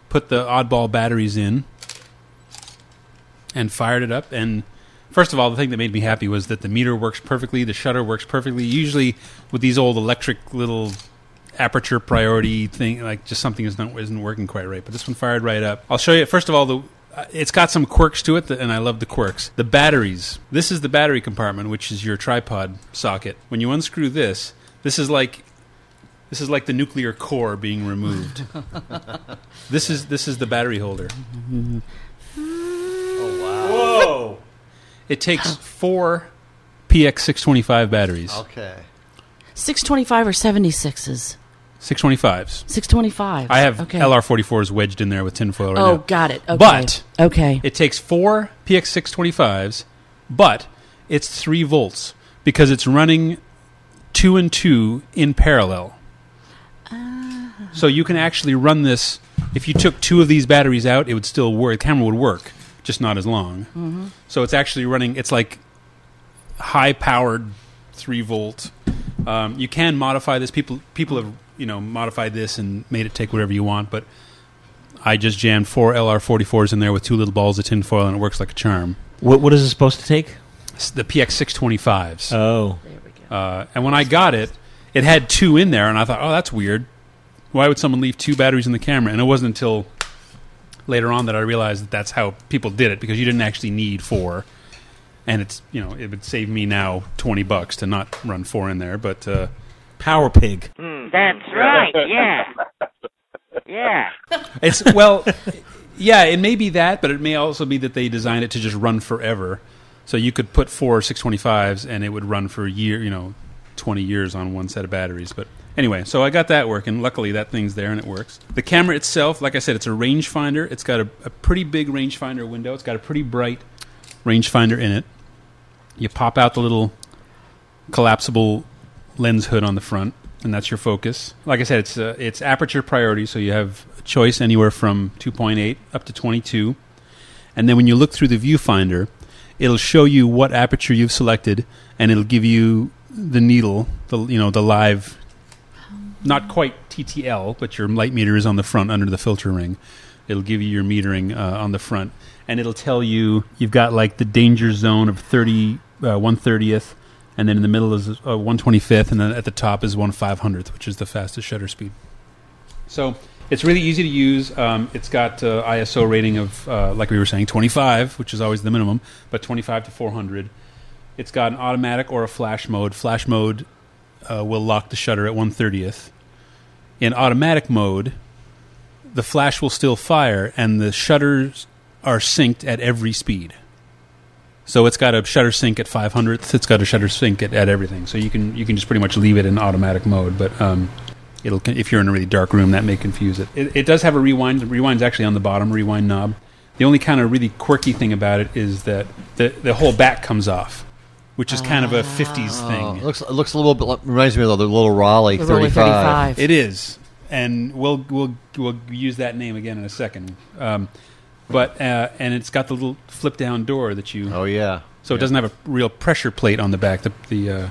[SPEAKER 4] put the oddball batteries in and fired it up. And first of all, the thing that made me happy was that the meter works perfectly, the shutter works perfectly. Usually, with these old electric little aperture priority thing, like just something is not isn't working quite right. But this one fired right up. I'll show you. First of all, the uh, it's got some quirks to it, that, and I love the quirks. The batteries. This is the battery compartment, which is your tripod socket. When you unscrew this, this is like this is like the nuclear core being removed. this is this is the battery holder.
[SPEAKER 2] Whoa!
[SPEAKER 4] It takes four PX625 batteries.
[SPEAKER 3] Okay.
[SPEAKER 7] 625 or 76s?
[SPEAKER 4] 625s.
[SPEAKER 7] 625.
[SPEAKER 4] I have
[SPEAKER 7] okay.
[SPEAKER 4] LR44s wedged in there with tinfoil right
[SPEAKER 7] Oh,
[SPEAKER 4] now.
[SPEAKER 7] got it. Okay.
[SPEAKER 4] But
[SPEAKER 7] Okay.
[SPEAKER 4] it takes four PX625s, but it's three volts because it's running two and two in parallel. So you can actually run this. If you took two of these batteries out, it would still work. The camera would work, just not as long.
[SPEAKER 12] Mhm.
[SPEAKER 4] So it's actually running. It's like high powered three volt. Um, you can modify this. People people have you know modified this and made it take whatever you want. But I just jammed four LR44s in there with two little balls of tinfoil, and it works like a charm.
[SPEAKER 2] What, what is it supposed to take?
[SPEAKER 4] It's the PX625s.
[SPEAKER 2] Oh.
[SPEAKER 4] Uh, and when I got it, it had two in there, and I thought, oh, that's weird. Why would someone leave two batteries in the camera? And it wasn't until later on that I realized that that's how people did it because you didn't actually need four. And it's you know it would save me now twenty bucks to not run four in there, but uh,
[SPEAKER 2] Power Pig.
[SPEAKER 12] That's right. Yeah. Yeah.
[SPEAKER 4] It's well, yeah, it may be that, but it may also be that they designed it to just run forever. So you could put four 625s and it would run for a year, you know, 20 years on one set of batteries. But anyway, so I got that working. Luckily, that thing's there and it works. The camera itself, like I said, it's a rangefinder. It's got a, a pretty big rangefinder window, it's got a pretty bright rangefinder in it. You pop out the little collapsible lens hood on the front, and that's your focus. Like I said, it's uh, it's aperture priority, so you have a choice anywhere from 2.8 up to 22, and then when you look through the viewfinder, it'll show you what aperture you've selected, and it'll give you the needle, the you know the live, not quite TTL, but your light meter is on the front under the filter ring. It'll give you your metering uh, on the front, and it'll tell you you've got like the danger zone of 30 uh, 130th and then in the middle is uh, 125th, and then at the top is 1 500th, which is the fastest shutter speed. So it's really easy to use. Um, it's got uh, ISO rating of, uh, like we were saying, 25, which is always the minimum, but 25 to 400. It's got an automatic or a flash mode. Flash mode uh, will lock the shutter at 130th. In automatic mode, the flash will still fire, and the shutters are synced at every speed. So it's got a shutter sync at 500th. It's got a shutter sync at, at everything. So you can you can just pretty much leave it in automatic mode. But um, it'll con- if you're in a really dark room, that may confuse it. It, it does have a rewind. The rewind's actually on the bottom rewind knob. The only kind of really quirky thing about it is that the the whole back comes off, which is kind of a 50s thing.
[SPEAKER 3] Oh, it looks it looks a little bit like- reminds me of the little Raleigh
[SPEAKER 4] The
[SPEAKER 3] thirty
[SPEAKER 4] Raleigh
[SPEAKER 3] five.
[SPEAKER 4] It is, and we'll we'll we'll use that name again in a second. Um, but uh, and it's got the little flip down door that you.
[SPEAKER 3] Oh yeah.
[SPEAKER 4] So it doesn't have a real pressure plate on the back. The the uh,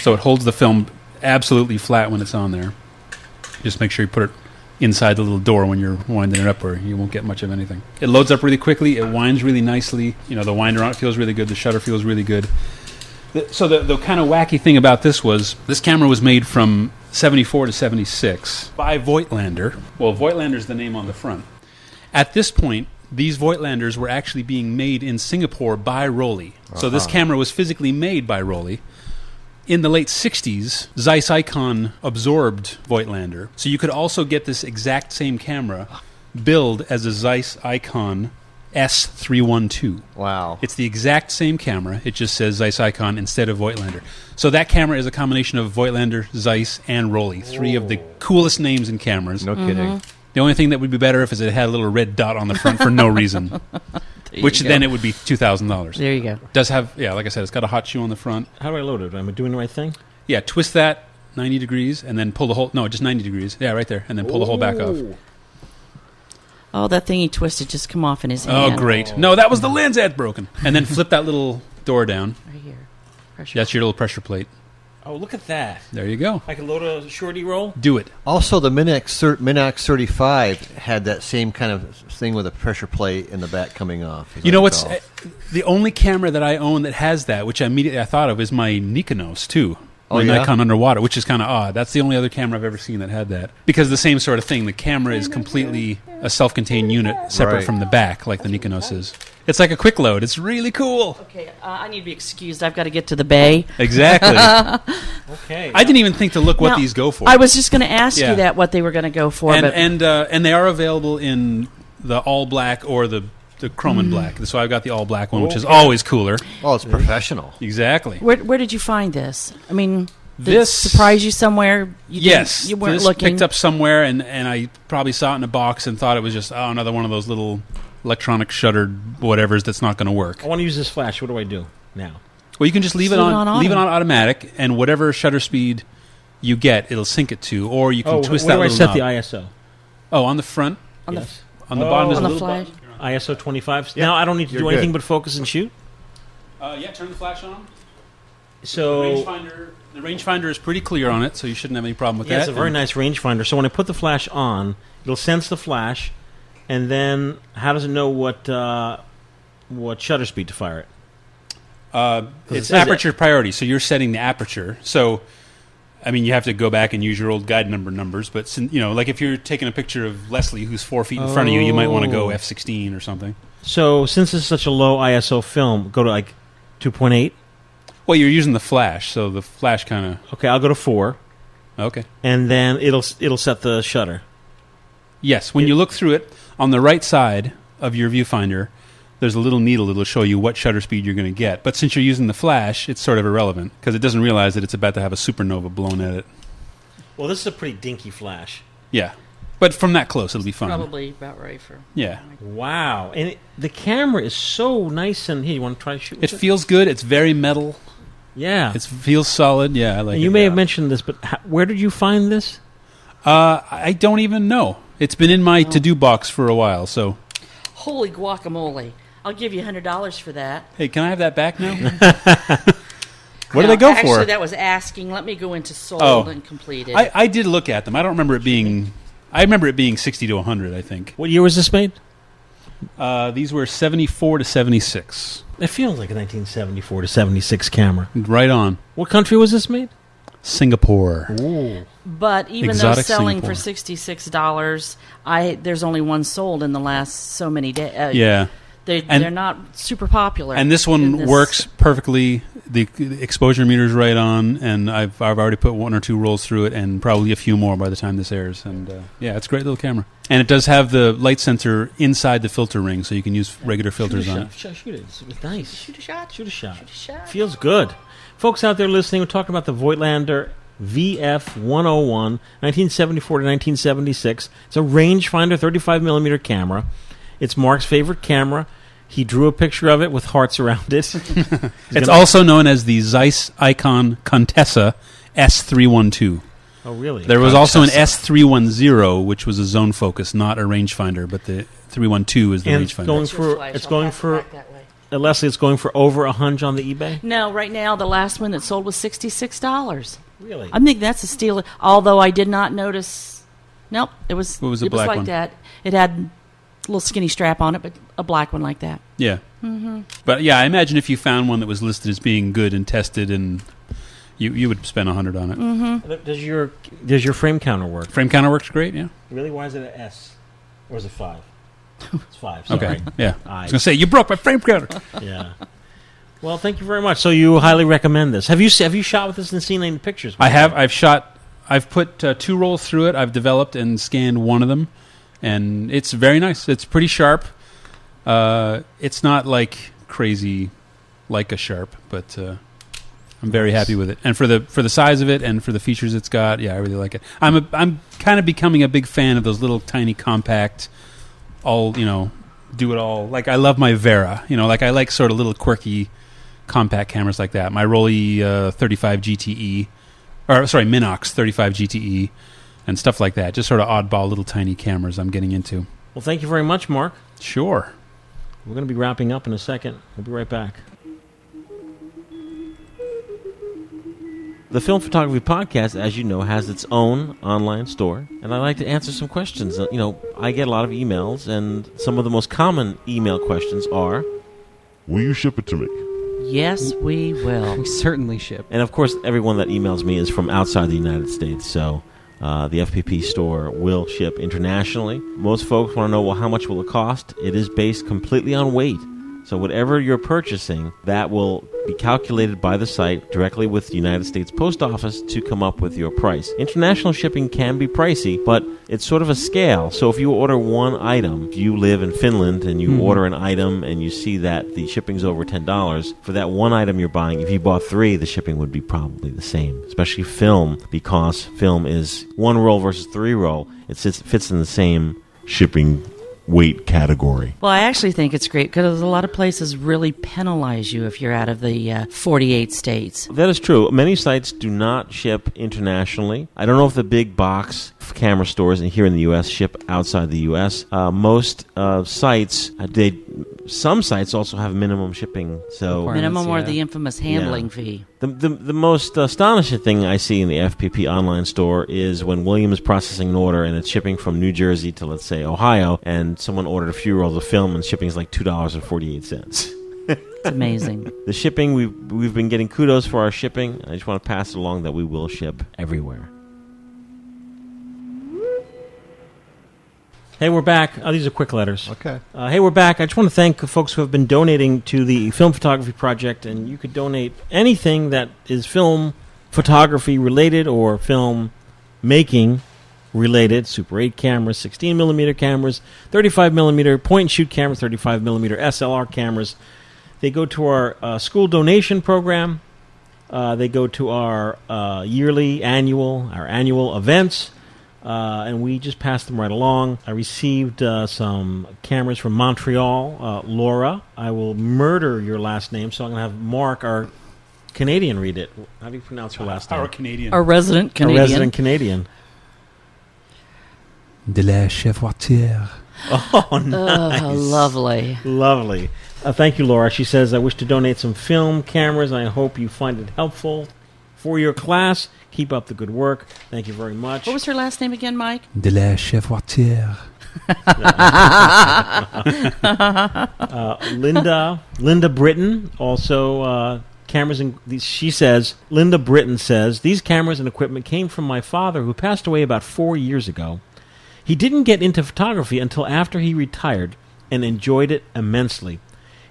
[SPEAKER 4] so it holds the film absolutely flat when it's on there. Just make sure you put it inside the little door when you're winding it up, or you won't get much of anything. It loads up really quickly. It winds really nicely. You know the winder on it feels really good. The shutter feels really good. The- so the, the kind of wacky thing about this was this camera was made from 74 to 76 by Voigtlander. Well, Voigtlander's the name on the front. At this point, these Voigtlanders were actually being made in Singapore by Rolly. So this
[SPEAKER 14] Uh-huh.
[SPEAKER 4] camera was physically made by Rolly. In the late 60s, Zeiss Icon absorbed Voigtlander. So you could also get this exact same camera billed as a Zeiss Icon S312.
[SPEAKER 3] Wow.
[SPEAKER 4] It's the exact same camera. It just says Zeiss Icon instead of Voigtlander. So that camera is a combination of Voigtlander, Zeiss, and Rolly. Three of the coolest names in cameras. No
[SPEAKER 3] Mhm. kidding.
[SPEAKER 1] Mm-hmm.
[SPEAKER 4] The only thing that would be better if is it had a little red dot on the front for no reason.
[SPEAKER 1] you
[SPEAKER 4] Which
[SPEAKER 1] go.
[SPEAKER 4] then it would be two thousand dollars.
[SPEAKER 1] There you go.
[SPEAKER 4] Does have yeah, like I said, it's got a hot shoe on the front.
[SPEAKER 2] How do I load it? Am I doing the right thing?
[SPEAKER 4] Yeah, twist that ninety degrees and then pull the whole no, just ninety degrees. Yeah, right there. And then pull the whole back off.
[SPEAKER 7] Oh, that thing he twisted just come off in his hand.
[SPEAKER 4] Oh, great. No, that was the lens ad broken. And then flip that little door down.
[SPEAKER 7] Right here.
[SPEAKER 4] That's your little pressure plate.
[SPEAKER 2] Oh, look at that.
[SPEAKER 4] There you go.
[SPEAKER 2] I can load a shorty roll.
[SPEAKER 4] Do it.
[SPEAKER 3] Also, the Minox thir- Minox thirty five had that same kind of thing with a pressure plate in the back coming off. as
[SPEAKER 4] You
[SPEAKER 3] I
[SPEAKER 4] know what's
[SPEAKER 3] recall.
[SPEAKER 4] uh, the only camera that I own that has that, which I immediately I thought of, is my Nikonos too.
[SPEAKER 3] Oh,
[SPEAKER 4] my
[SPEAKER 3] yeah?
[SPEAKER 4] Nikon underwater, which is kind of odd. That's the only other camera I've ever seen that had that. Because the same sort of thing, the camera is completely a self-contained unit separate
[SPEAKER 3] Right.
[SPEAKER 4] from the back, like the Nikonos is. It's like a quick load. It's really cool.
[SPEAKER 7] Okay, uh, I need to be excused. I've got to get to the bay.
[SPEAKER 4] Exactly. Okay. I didn't even think to look what
[SPEAKER 7] Now,
[SPEAKER 4] these go for.
[SPEAKER 7] I was just going to ask
[SPEAKER 4] Yeah.
[SPEAKER 7] you that what they were going to go for,
[SPEAKER 4] and
[SPEAKER 7] but
[SPEAKER 4] and uh, and they are available in the all black or the the chrome
[SPEAKER 7] Mm.
[SPEAKER 4] and black. So I've got the all black one, which is
[SPEAKER 7] Okay.
[SPEAKER 4] always cooler.
[SPEAKER 3] Oh, it's professional.
[SPEAKER 4] Exactly.
[SPEAKER 7] where where did you find this? I mean, did
[SPEAKER 4] This-
[SPEAKER 7] it surprise you somewhere? You
[SPEAKER 4] yes,
[SPEAKER 7] didn't- you weren't
[SPEAKER 4] this
[SPEAKER 7] looking.
[SPEAKER 4] picked up somewhere, and and I probably saw it in a box and thought it was just oh another one of those little electronic shuttered whatever's that's not going to work.
[SPEAKER 2] I want to use this flash. What do I do now?
[SPEAKER 4] Well, you can just leave it
[SPEAKER 2] Oh. Leave it
[SPEAKER 4] on,
[SPEAKER 2] on
[SPEAKER 4] leave it
[SPEAKER 2] auto.
[SPEAKER 4] on automatic, and whatever shutter speed you get, it'll sync it to, or you can
[SPEAKER 2] Oh,
[SPEAKER 4] twist
[SPEAKER 2] where
[SPEAKER 4] that
[SPEAKER 2] do I
[SPEAKER 4] little
[SPEAKER 2] set the
[SPEAKER 4] knob.
[SPEAKER 2] ISO?
[SPEAKER 4] Oh, on the front.
[SPEAKER 7] On the
[SPEAKER 2] Yes.
[SPEAKER 4] f- on the bottom is a
[SPEAKER 2] Oh. the
[SPEAKER 4] little
[SPEAKER 7] flag.
[SPEAKER 2] ISO 25. Now I don't need to
[SPEAKER 4] You're
[SPEAKER 2] do
[SPEAKER 4] good.
[SPEAKER 2] anything but focus and shoot.
[SPEAKER 4] Uh, yeah, turn the flash on.
[SPEAKER 2] So-
[SPEAKER 4] the rangefinder, the rangefinder is pretty clear on it, so you shouldn't have any problem with
[SPEAKER 2] Yeah,
[SPEAKER 4] that.
[SPEAKER 2] it's a very
[SPEAKER 4] And-
[SPEAKER 2] nice rangefinder. So when I put the flash on, it'll sense the flash, and then how does it know what uh, what shutter speed to fire it?
[SPEAKER 4] Uh,
[SPEAKER 2] 'Cause it
[SPEAKER 4] it's
[SPEAKER 2] says
[SPEAKER 4] aperture priority, so you're setting the aperture. So I mean, you have to go back and use your old guide number numbers, but sin- you know, like if you're taking a picture of Leslie, who's four feet in front of you, you might want to go
[SPEAKER 2] Oh.
[SPEAKER 4] f sixteen or something.
[SPEAKER 2] So since it's such a low ISO film, go to like 2.8.
[SPEAKER 4] Well, you're using the flash, so the flash kind of
[SPEAKER 2] Okay, I'll go to four.
[SPEAKER 4] Okay.
[SPEAKER 2] And then it'll it'll set the shutter.
[SPEAKER 4] Yes, when you look through it on the right side of your viewfinder, there's a little needle that'll show you what shutter speed you're going to get. But since you're using the flash, it's sort of irrelevant because it doesn't realize that it's about to have a supernova blown at it.
[SPEAKER 2] Well, this is a pretty dinky flash.
[SPEAKER 4] Yeah, but from that close, it'll be fine.
[SPEAKER 7] Probably about right for.
[SPEAKER 4] Yeah.
[SPEAKER 2] Wow. And it, the camera is so nice and here. You want to try to shoot?
[SPEAKER 4] It
[SPEAKER 2] With it,
[SPEAKER 4] feels good. It's very metal.
[SPEAKER 2] Yeah.
[SPEAKER 4] It feels solid. Yeah, I like
[SPEAKER 2] And
[SPEAKER 4] it.
[SPEAKER 2] you may have mentioned this, but how, where did you find this?
[SPEAKER 4] Uh, I don't even know. It's been in
[SPEAKER 2] Oh.
[SPEAKER 4] my to do box for a while, so.
[SPEAKER 7] Holy guacamole! I'll give you hundred dollars for that.
[SPEAKER 4] Hey, can I have that back now? what do
[SPEAKER 7] No,
[SPEAKER 4] they go
[SPEAKER 7] actually,
[SPEAKER 4] for? Oh.
[SPEAKER 7] that was asking. Let me go into sold and completed.
[SPEAKER 4] I, I did look at them. I don't remember it being. I remember it being sixty to one hundred. I think.
[SPEAKER 2] What year was this made?
[SPEAKER 4] Uh, these were seventy four to seventy six.
[SPEAKER 2] It feels like a 1974 to 76 camera.
[SPEAKER 4] Right on.
[SPEAKER 2] What country was this made?
[SPEAKER 4] Singapore.
[SPEAKER 7] but even though
[SPEAKER 4] Exotic
[SPEAKER 7] selling for
[SPEAKER 4] Singapore.
[SPEAKER 7] sixty six dollars, I there's only one sold in the last so many days. Uh,
[SPEAKER 4] Yeah.
[SPEAKER 7] they
[SPEAKER 4] And-
[SPEAKER 7] they're not super popular.
[SPEAKER 4] And this
[SPEAKER 7] in
[SPEAKER 4] one works perfectly. The, the exposure meter's right on, and I've I've already put one or two rolls through it, and probably a few more by the time this airs. And uh, yeah, it's a great little camera, and it does have the light sensor inside the filter ring, so you can use regular filters
[SPEAKER 2] shoot a
[SPEAKER 4] on it.
[SPEAKER 2] shot. Shoot, shoot it. It's, it's nice. Shoot
[SPEAKER 7] a shot.
[SPEAKER 2] Shoot a shot. Shoot a shot. Feels good. Folks out there listening, we're talking about the Voigtlander VF 101, 1974 to 1976. It's a rangefinder 35 millimeter camera. It's Mark's favorite camera. He drew a picture of it with hearts around it.
[SPEAKER 4] It's also known as the Zeiss Icon Contessa S312.
[SPEAKER 2] Oh, really?
[SPEAKER 4] There was also an
[SPEAKER 2] Contessa.
[SPEAKER 4] S310, which was a zone focus, not a rangefinder, but the 312 is the
[SPEAKER 2] and it's
[SPEAKER 4] rangefinder.
[SPEAKER 2] going for
[SPEAKER 7] flash.
[SPEAKER 2] it's
[SPEAKER 7] I'll
[SPEAKER 2] going
[SPEAKER 7] pass it
[SPEAKER 2] for
[SPEAKER 7] back that way.
[SPEAKER 2] uh, Leslie. It's going for over a hundred on the eBay.
[SPEAKER 7] No, right now the last one that sold was sixty six dollars.
[SPEAKER 2] Really?
[SPEAKER 7] I think that's a steal. Although I did not notice. Nope, it was.
[SPEAKER 4] What was the
[SPEAKER 7] it was
[SPEAKER 4] black
[SPEAKER 7] like
[SPEAKER 4] one?
[SPEAKER 7] that. It had a little skinny strap on it, but a black one like that.
[SPEAKER 4] yeah.
[SPEAKER 7] Mhm.
[SPEAKER 4] But yeah, I imagine if you found one that was listed as being good and tested, and you, you would spend 100 on it.
[SPEAKER 2] Th- Does your does your frame counter work?
[SPEAKER 4] Frame counter works great, yeah.
[SPEAKER 2] Really? Why is it an S? Or is it five? It's five. Sorry.
[SPEAKER 4] Okay, yeah. I
[SPEAKER 2] I-
[SPEAKER 4] was going to say, you broke my frame counter.
[SPEAKER 2] yeah. Well, thank you very much. So you highly recommend this. Have you se- have you shot with this and seen any pictures?
[SPEAKER 4] I have. I've shot. I've put uh, two rolls through it. I've developed and scanned one of them, and it's very nice. It's pretty sharp. Uh, it's not like crazy, like a sharp, but uh, I'm very happy with it. And for the for the size of it, and for the features it's got, yeah, I really like it. I'm a, I'm kind of becoming a big fan of those little tiny compact, all you know, do it all. Like I love my Vera. You know, like I like sort of little quirky compact cameras like that. My Rolly uh, 35 GTE, or sorry, Minox 35 GTE, E, and stuff like that. Just sort of oddball little tiny cameras I'm getting into.
[SPEAKER 2] Well, thank you very much, Mark.
[SPEAKER 4] Sure.
[SPEAKER 2] We're going to be wrapping up in a second. We'll be right back. The Film Photography Podcast, as you know, has its own online store, and I like to answer some questions. Uh, You know, I get a lot of emails, and some of the most common email questions are
[SPEAKER 6] Will you ship it to me?
[SPEAKER 7] Yes, we will.
[SPEAKER 9] We certainly ship.
[SPEAKER 2] And of course, everyone that emails me is from outside the United States, so uh, the FPP store will ship internationally. Most folks want to know, well, how much will it cost? It is based completely on weight. So whatever you're purchasing, that will be calculated by the site directly with the United States Post Office to come up with your price. International shipping can be pricey, but it's sort of a scale. So if you order one item, if you live in Finland and you
[SPEAKER 14] Mhm.
[SPEAKER 2] order an item and you see that the shipping's over $10, for that one item you're buying, if you bought three, the shipping would be probably the same, especially film, because film is one roll versus three roll. It sits, fits in the same shipping weight category.
[SPEAKER 7] Well, I actually think it's great because a lot of places really penalize you if you're out of the uh, 48 states.
[SPEAKER 2] That is true. Many sites do not ship internationally. I don't know if the big box f- camera stores in- here in the U.S. ship outside the U.S. Uh, most uh, sites, uh, they some sites also have minimum shipping. So
[SPEAKER 7] Minimum or the infamous handling fee.
[SPEAKER 2] The, the, the most astonishing thing I see in the FPP online store is when William is processing an order and it's shipping from New Jersey to, let's say, Ohio, and someone ordered a few rolls of film and shipping is like $2.48.
[SPEAKER 7] It's amazing.
[SPEAKER 2] The shipping we've we've been getting kudos for our shipping. I just want to pass it along that we will ship everywhere. Hey, we're back. Oh, these are quick letters.
[SPEAKER 3] Okay.
[SPEAKER 2] Uh, hey, we're back. I just want to thank folks who have been donating to the Film Photography Project, and you could donate anything that is film photography related or film making related. Super 8 cameras, 16 millimeter cameras, 35 millimeter point and shoot cameras, 35 millimeter SLR cameras. They go to our uh, school donation program. Uh, they go to our uh, yearly, annual, our annual events, uh, and we just pass them right along. I received uh, some cameras from Montreal. Uh, Laura, I will murder your last name, so I'm going to have Mark, our Canadian, read it. How do you pronounce her last name?
[SPEAKER 4] Our Canadian.
[SPEAKER 7] Our resident Canadian.
[SPEAKER 2] Our resident Canadian.
[SPEAKER 4] De la chevoitière.
[SPEAKER 2] Oh, nice.
[SPEAKER 7] lovely.
[SPEAKER 2] Lovely. Uh, thank you, Laura. She says, I wish to donate some film cameras. I hope you find it helpful for your class. Keep up the good work. Thank you very much.
[SPEAKER 7] What was her last name again, Mike?
[SPEAKER 4] De la chevoitière.
[SPEAKER 2] uh, Linda Linda Britton also uh, cameras and these- she says Linda Britton says these cameras and equipment came from my father who passed away about four years ago. He didn't get into photography until after he retired and enjoyed it immensely.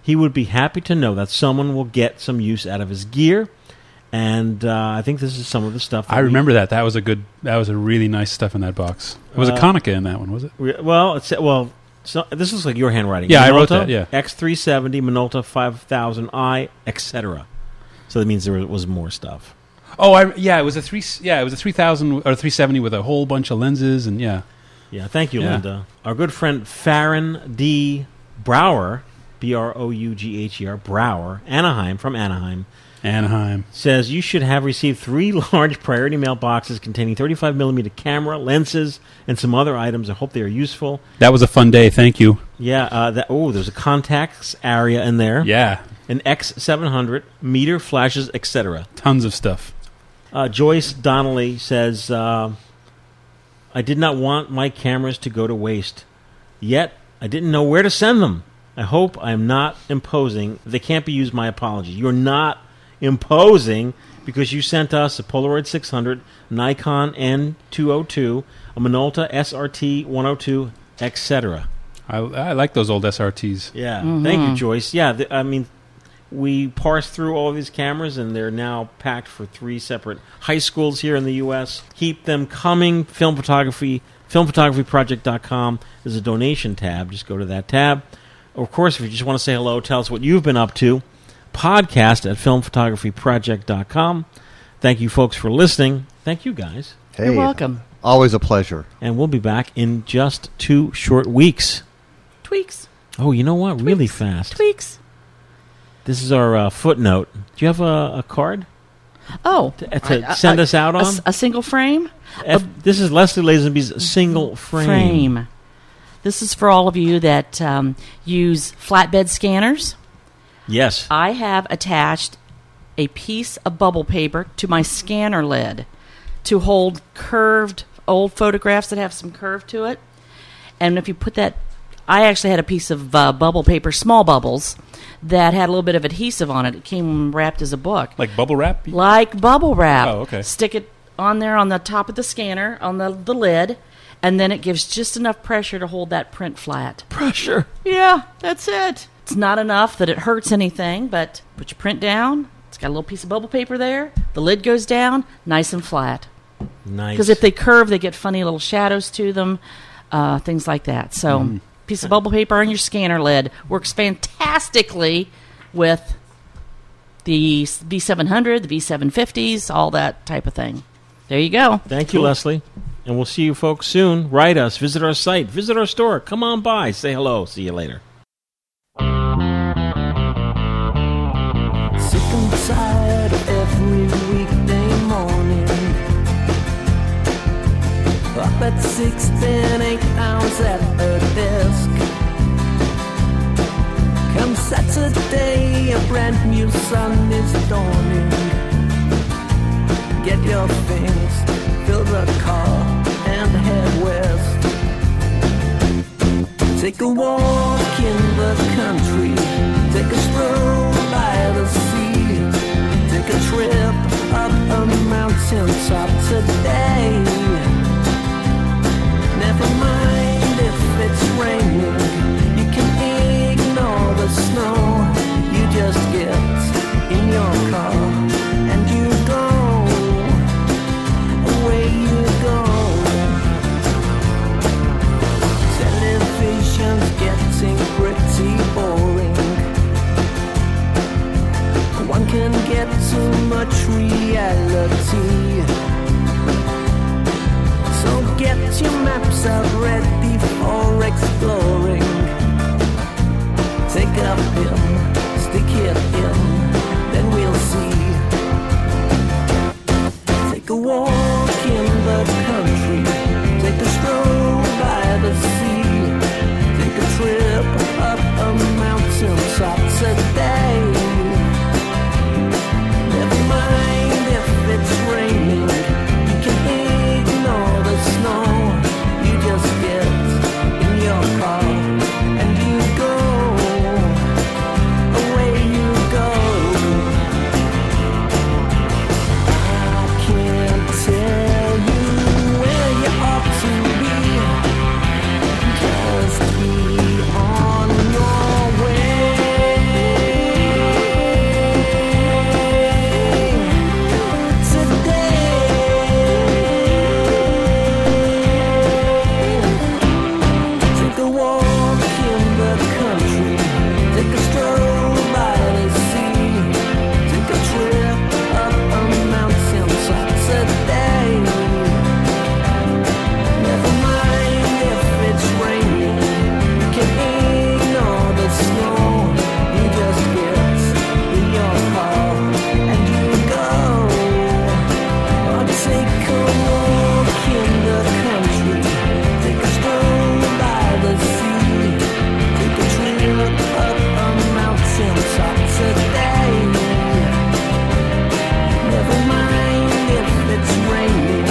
[SPEAKER 2] He would be happy to know that someone will get some use out of his gear, and uh, I think this is some of the stuff.
[SPEAKER 4] I
[SPEAKER 2] that we-
[SPEAKER 4] remember that. That was a good. That was a really nice stuff in that box. It was a
[SPEAKER 2] Uh,
[SPEAKER 4] Konica in that one, was it?
[SPEAKER 2] Re- Well, it's well. So this looks like your handwriting.
[SPEAKER 4] Yeah, I wrote that, yeah.
[SPEAKER 2] X three seventy Minolta five thousand I etc. So that means there was more stuff.
[SPEAKER 4] Oh, I, yeah. It was a three. Yeah, it was a three thousand or three seventy with a whole bunch of lenses and yeah.
[SPEAKER 2] Yeah, thank you,
[SPEAKER 4] Yeah.
[SPEAKER 2] Linda. Our good friend Farron D. Brower, B R O U G H E R Brower, Anaheim from Anaheim.
[SPEAKER 4] Anaheim
[SPEAKER 2] says you should have received three large priority mail boxes containing 35 millimeter camera lenses and some other items. I hope they are useful.
[SPEAKER 4] That was a fun day. Thank you.
[SPEAKER 2] Yeah. Uh, that, oh, there's a contacts area in there.
[SPEAKER 4] Yeah.
[SPEAKER 2] An X700, meter, flashes, etc.
[SPEAKER 4] Tons of stuff.
[SPEAKER 2] Uh, Joyce Donnelly says, uh, I did not want my cameras to go to waste. Yet, I didn't know where to send them. I hope I am not imposing. They can't be used. My apology. You're not imposing because you sent us a Polaroid 600, Nikon N202, a Minolta SRT 102, etc.
[SPEAKER 4] I, I like those old SRTs.
[SPEAKER 2] Yeah.
[SPEAKER 4] Mhm.
[SPEAKER 2] Thank you, Joyce. Yeah, th- I mean, we parsed through all these cameras, and they're now packed for three separate high schools here in the U.S. Keep them coming. Film photography, filmphotographyproject.com. There's a donation tab. Just go to that tab. Of course, if you just want to say hello, tell us what you've been up to. Podcast at filmphotographyproject.com. Thank you, folks, for listening. Thank you, guys.
[SPEAKER 3] Hey, You're welcome. Always a pleasure.
[SPEAKER 2] And we'll be back in just two short weeks.
[SPEAKER 7] Tweaks.
[SPEAKER 2] Oh, you know what? Really fast.
[SPEAKER 7] Tweaks.
[SPEAKER 2] This is our uh, footnote. Do you have a, a card
[SPEAKER 7] Oh.
[SPEAKER 2] to, to send us out
[SPEAKER 7] a
[SPEAKER 2] on?
[SPEAKER 7] s- A, single frame?
[SPEAKER 2] F- this is Leslie Lazenby's single frame.
[SPEAKER 7] Mm-hmm. frame. This is for all of you that um, use flatbed scanners.
[SPEAKER 2] Yes.
[SPEAKER 7] I have attached a piece of bubble paper to my scanner lid to hold curved old photographs that have some curve to it. And if you put that, I actually had a piece of uh, bubble paper, small bubbles, that had a little bit of adhesive on it. It came wrapped as a book.
[SPEAKER 4] Like bubble wrap?
[SPEAKER 7] Like bubble wrap.
[SPEAKER 4] Oh, okay.
[SPEAKER 7] Stick it on there on the top of the scanner, on the, the lid, and then it gives just enough pressure to hold that print flat.
[SPEAKER 2] Pressure.
[SPEAKER 7] Yeah, that's it. It's not enough that it hurts anything, but put your print down. It's got a little piece of bubble paper there. The lid goes down, nice and flat.
[SPEAKER 2] Nice.
[SPEAKER 7] Because if they curve, they get funny little shadows to them, uh, things like that. So,
[SPEAKER 2] Mm.
[SPEAKER 7] piece of bubble paper on your scanner lid works fantastically with the s- V700, the V750s, all that type of thing. There you go.
[SPEAKER 2] Thank you, Leslie. And we'll see you folks soon. Write us, visit our site, visit our store. Come on by, say hello. See you later.
[SPEAKER 14] Sick and tired of every weekday morning. Up at six, then eight hours at a desk. Come Saturday, a brand new sun is dawning. Get your things, fill the car, and head west. Take a walk in the country. Take a stroll by the sea. Take a trip up a mountain top today. Never mind if it's raining. You can ignore the snow. You just get in your car and you go. Away you go. Television's getting pretty boring. One can get too much reality. So get your maps out ready for exploring. Take a pill, stick it in, then we'll see. Take a walk in the country. Take a stroll by the sea. Take a trip up a mountain top today. Never mind if it's raining. You can ignore the snow. You just get in your car and you go. Away you go. Can't tell you where you ought to be. Just be on your way today. Take a walk in the country. Take a stroll by the sea. Take a trip up a mountain today. Never mind if it's raining. You can ignore the snow. You just get in your car and you go. Or take a walk in the country. Take a stroll by the sea. Take a trip up a mountain today. Never mind if it's raining.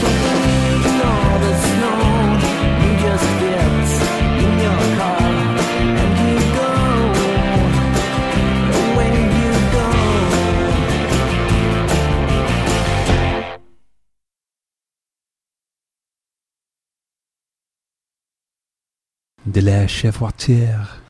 [SPEAKER 14] Can't ignore the snow. You just get in your car and you go. Away you go.
[SPEAKER 4] De la chef voiture.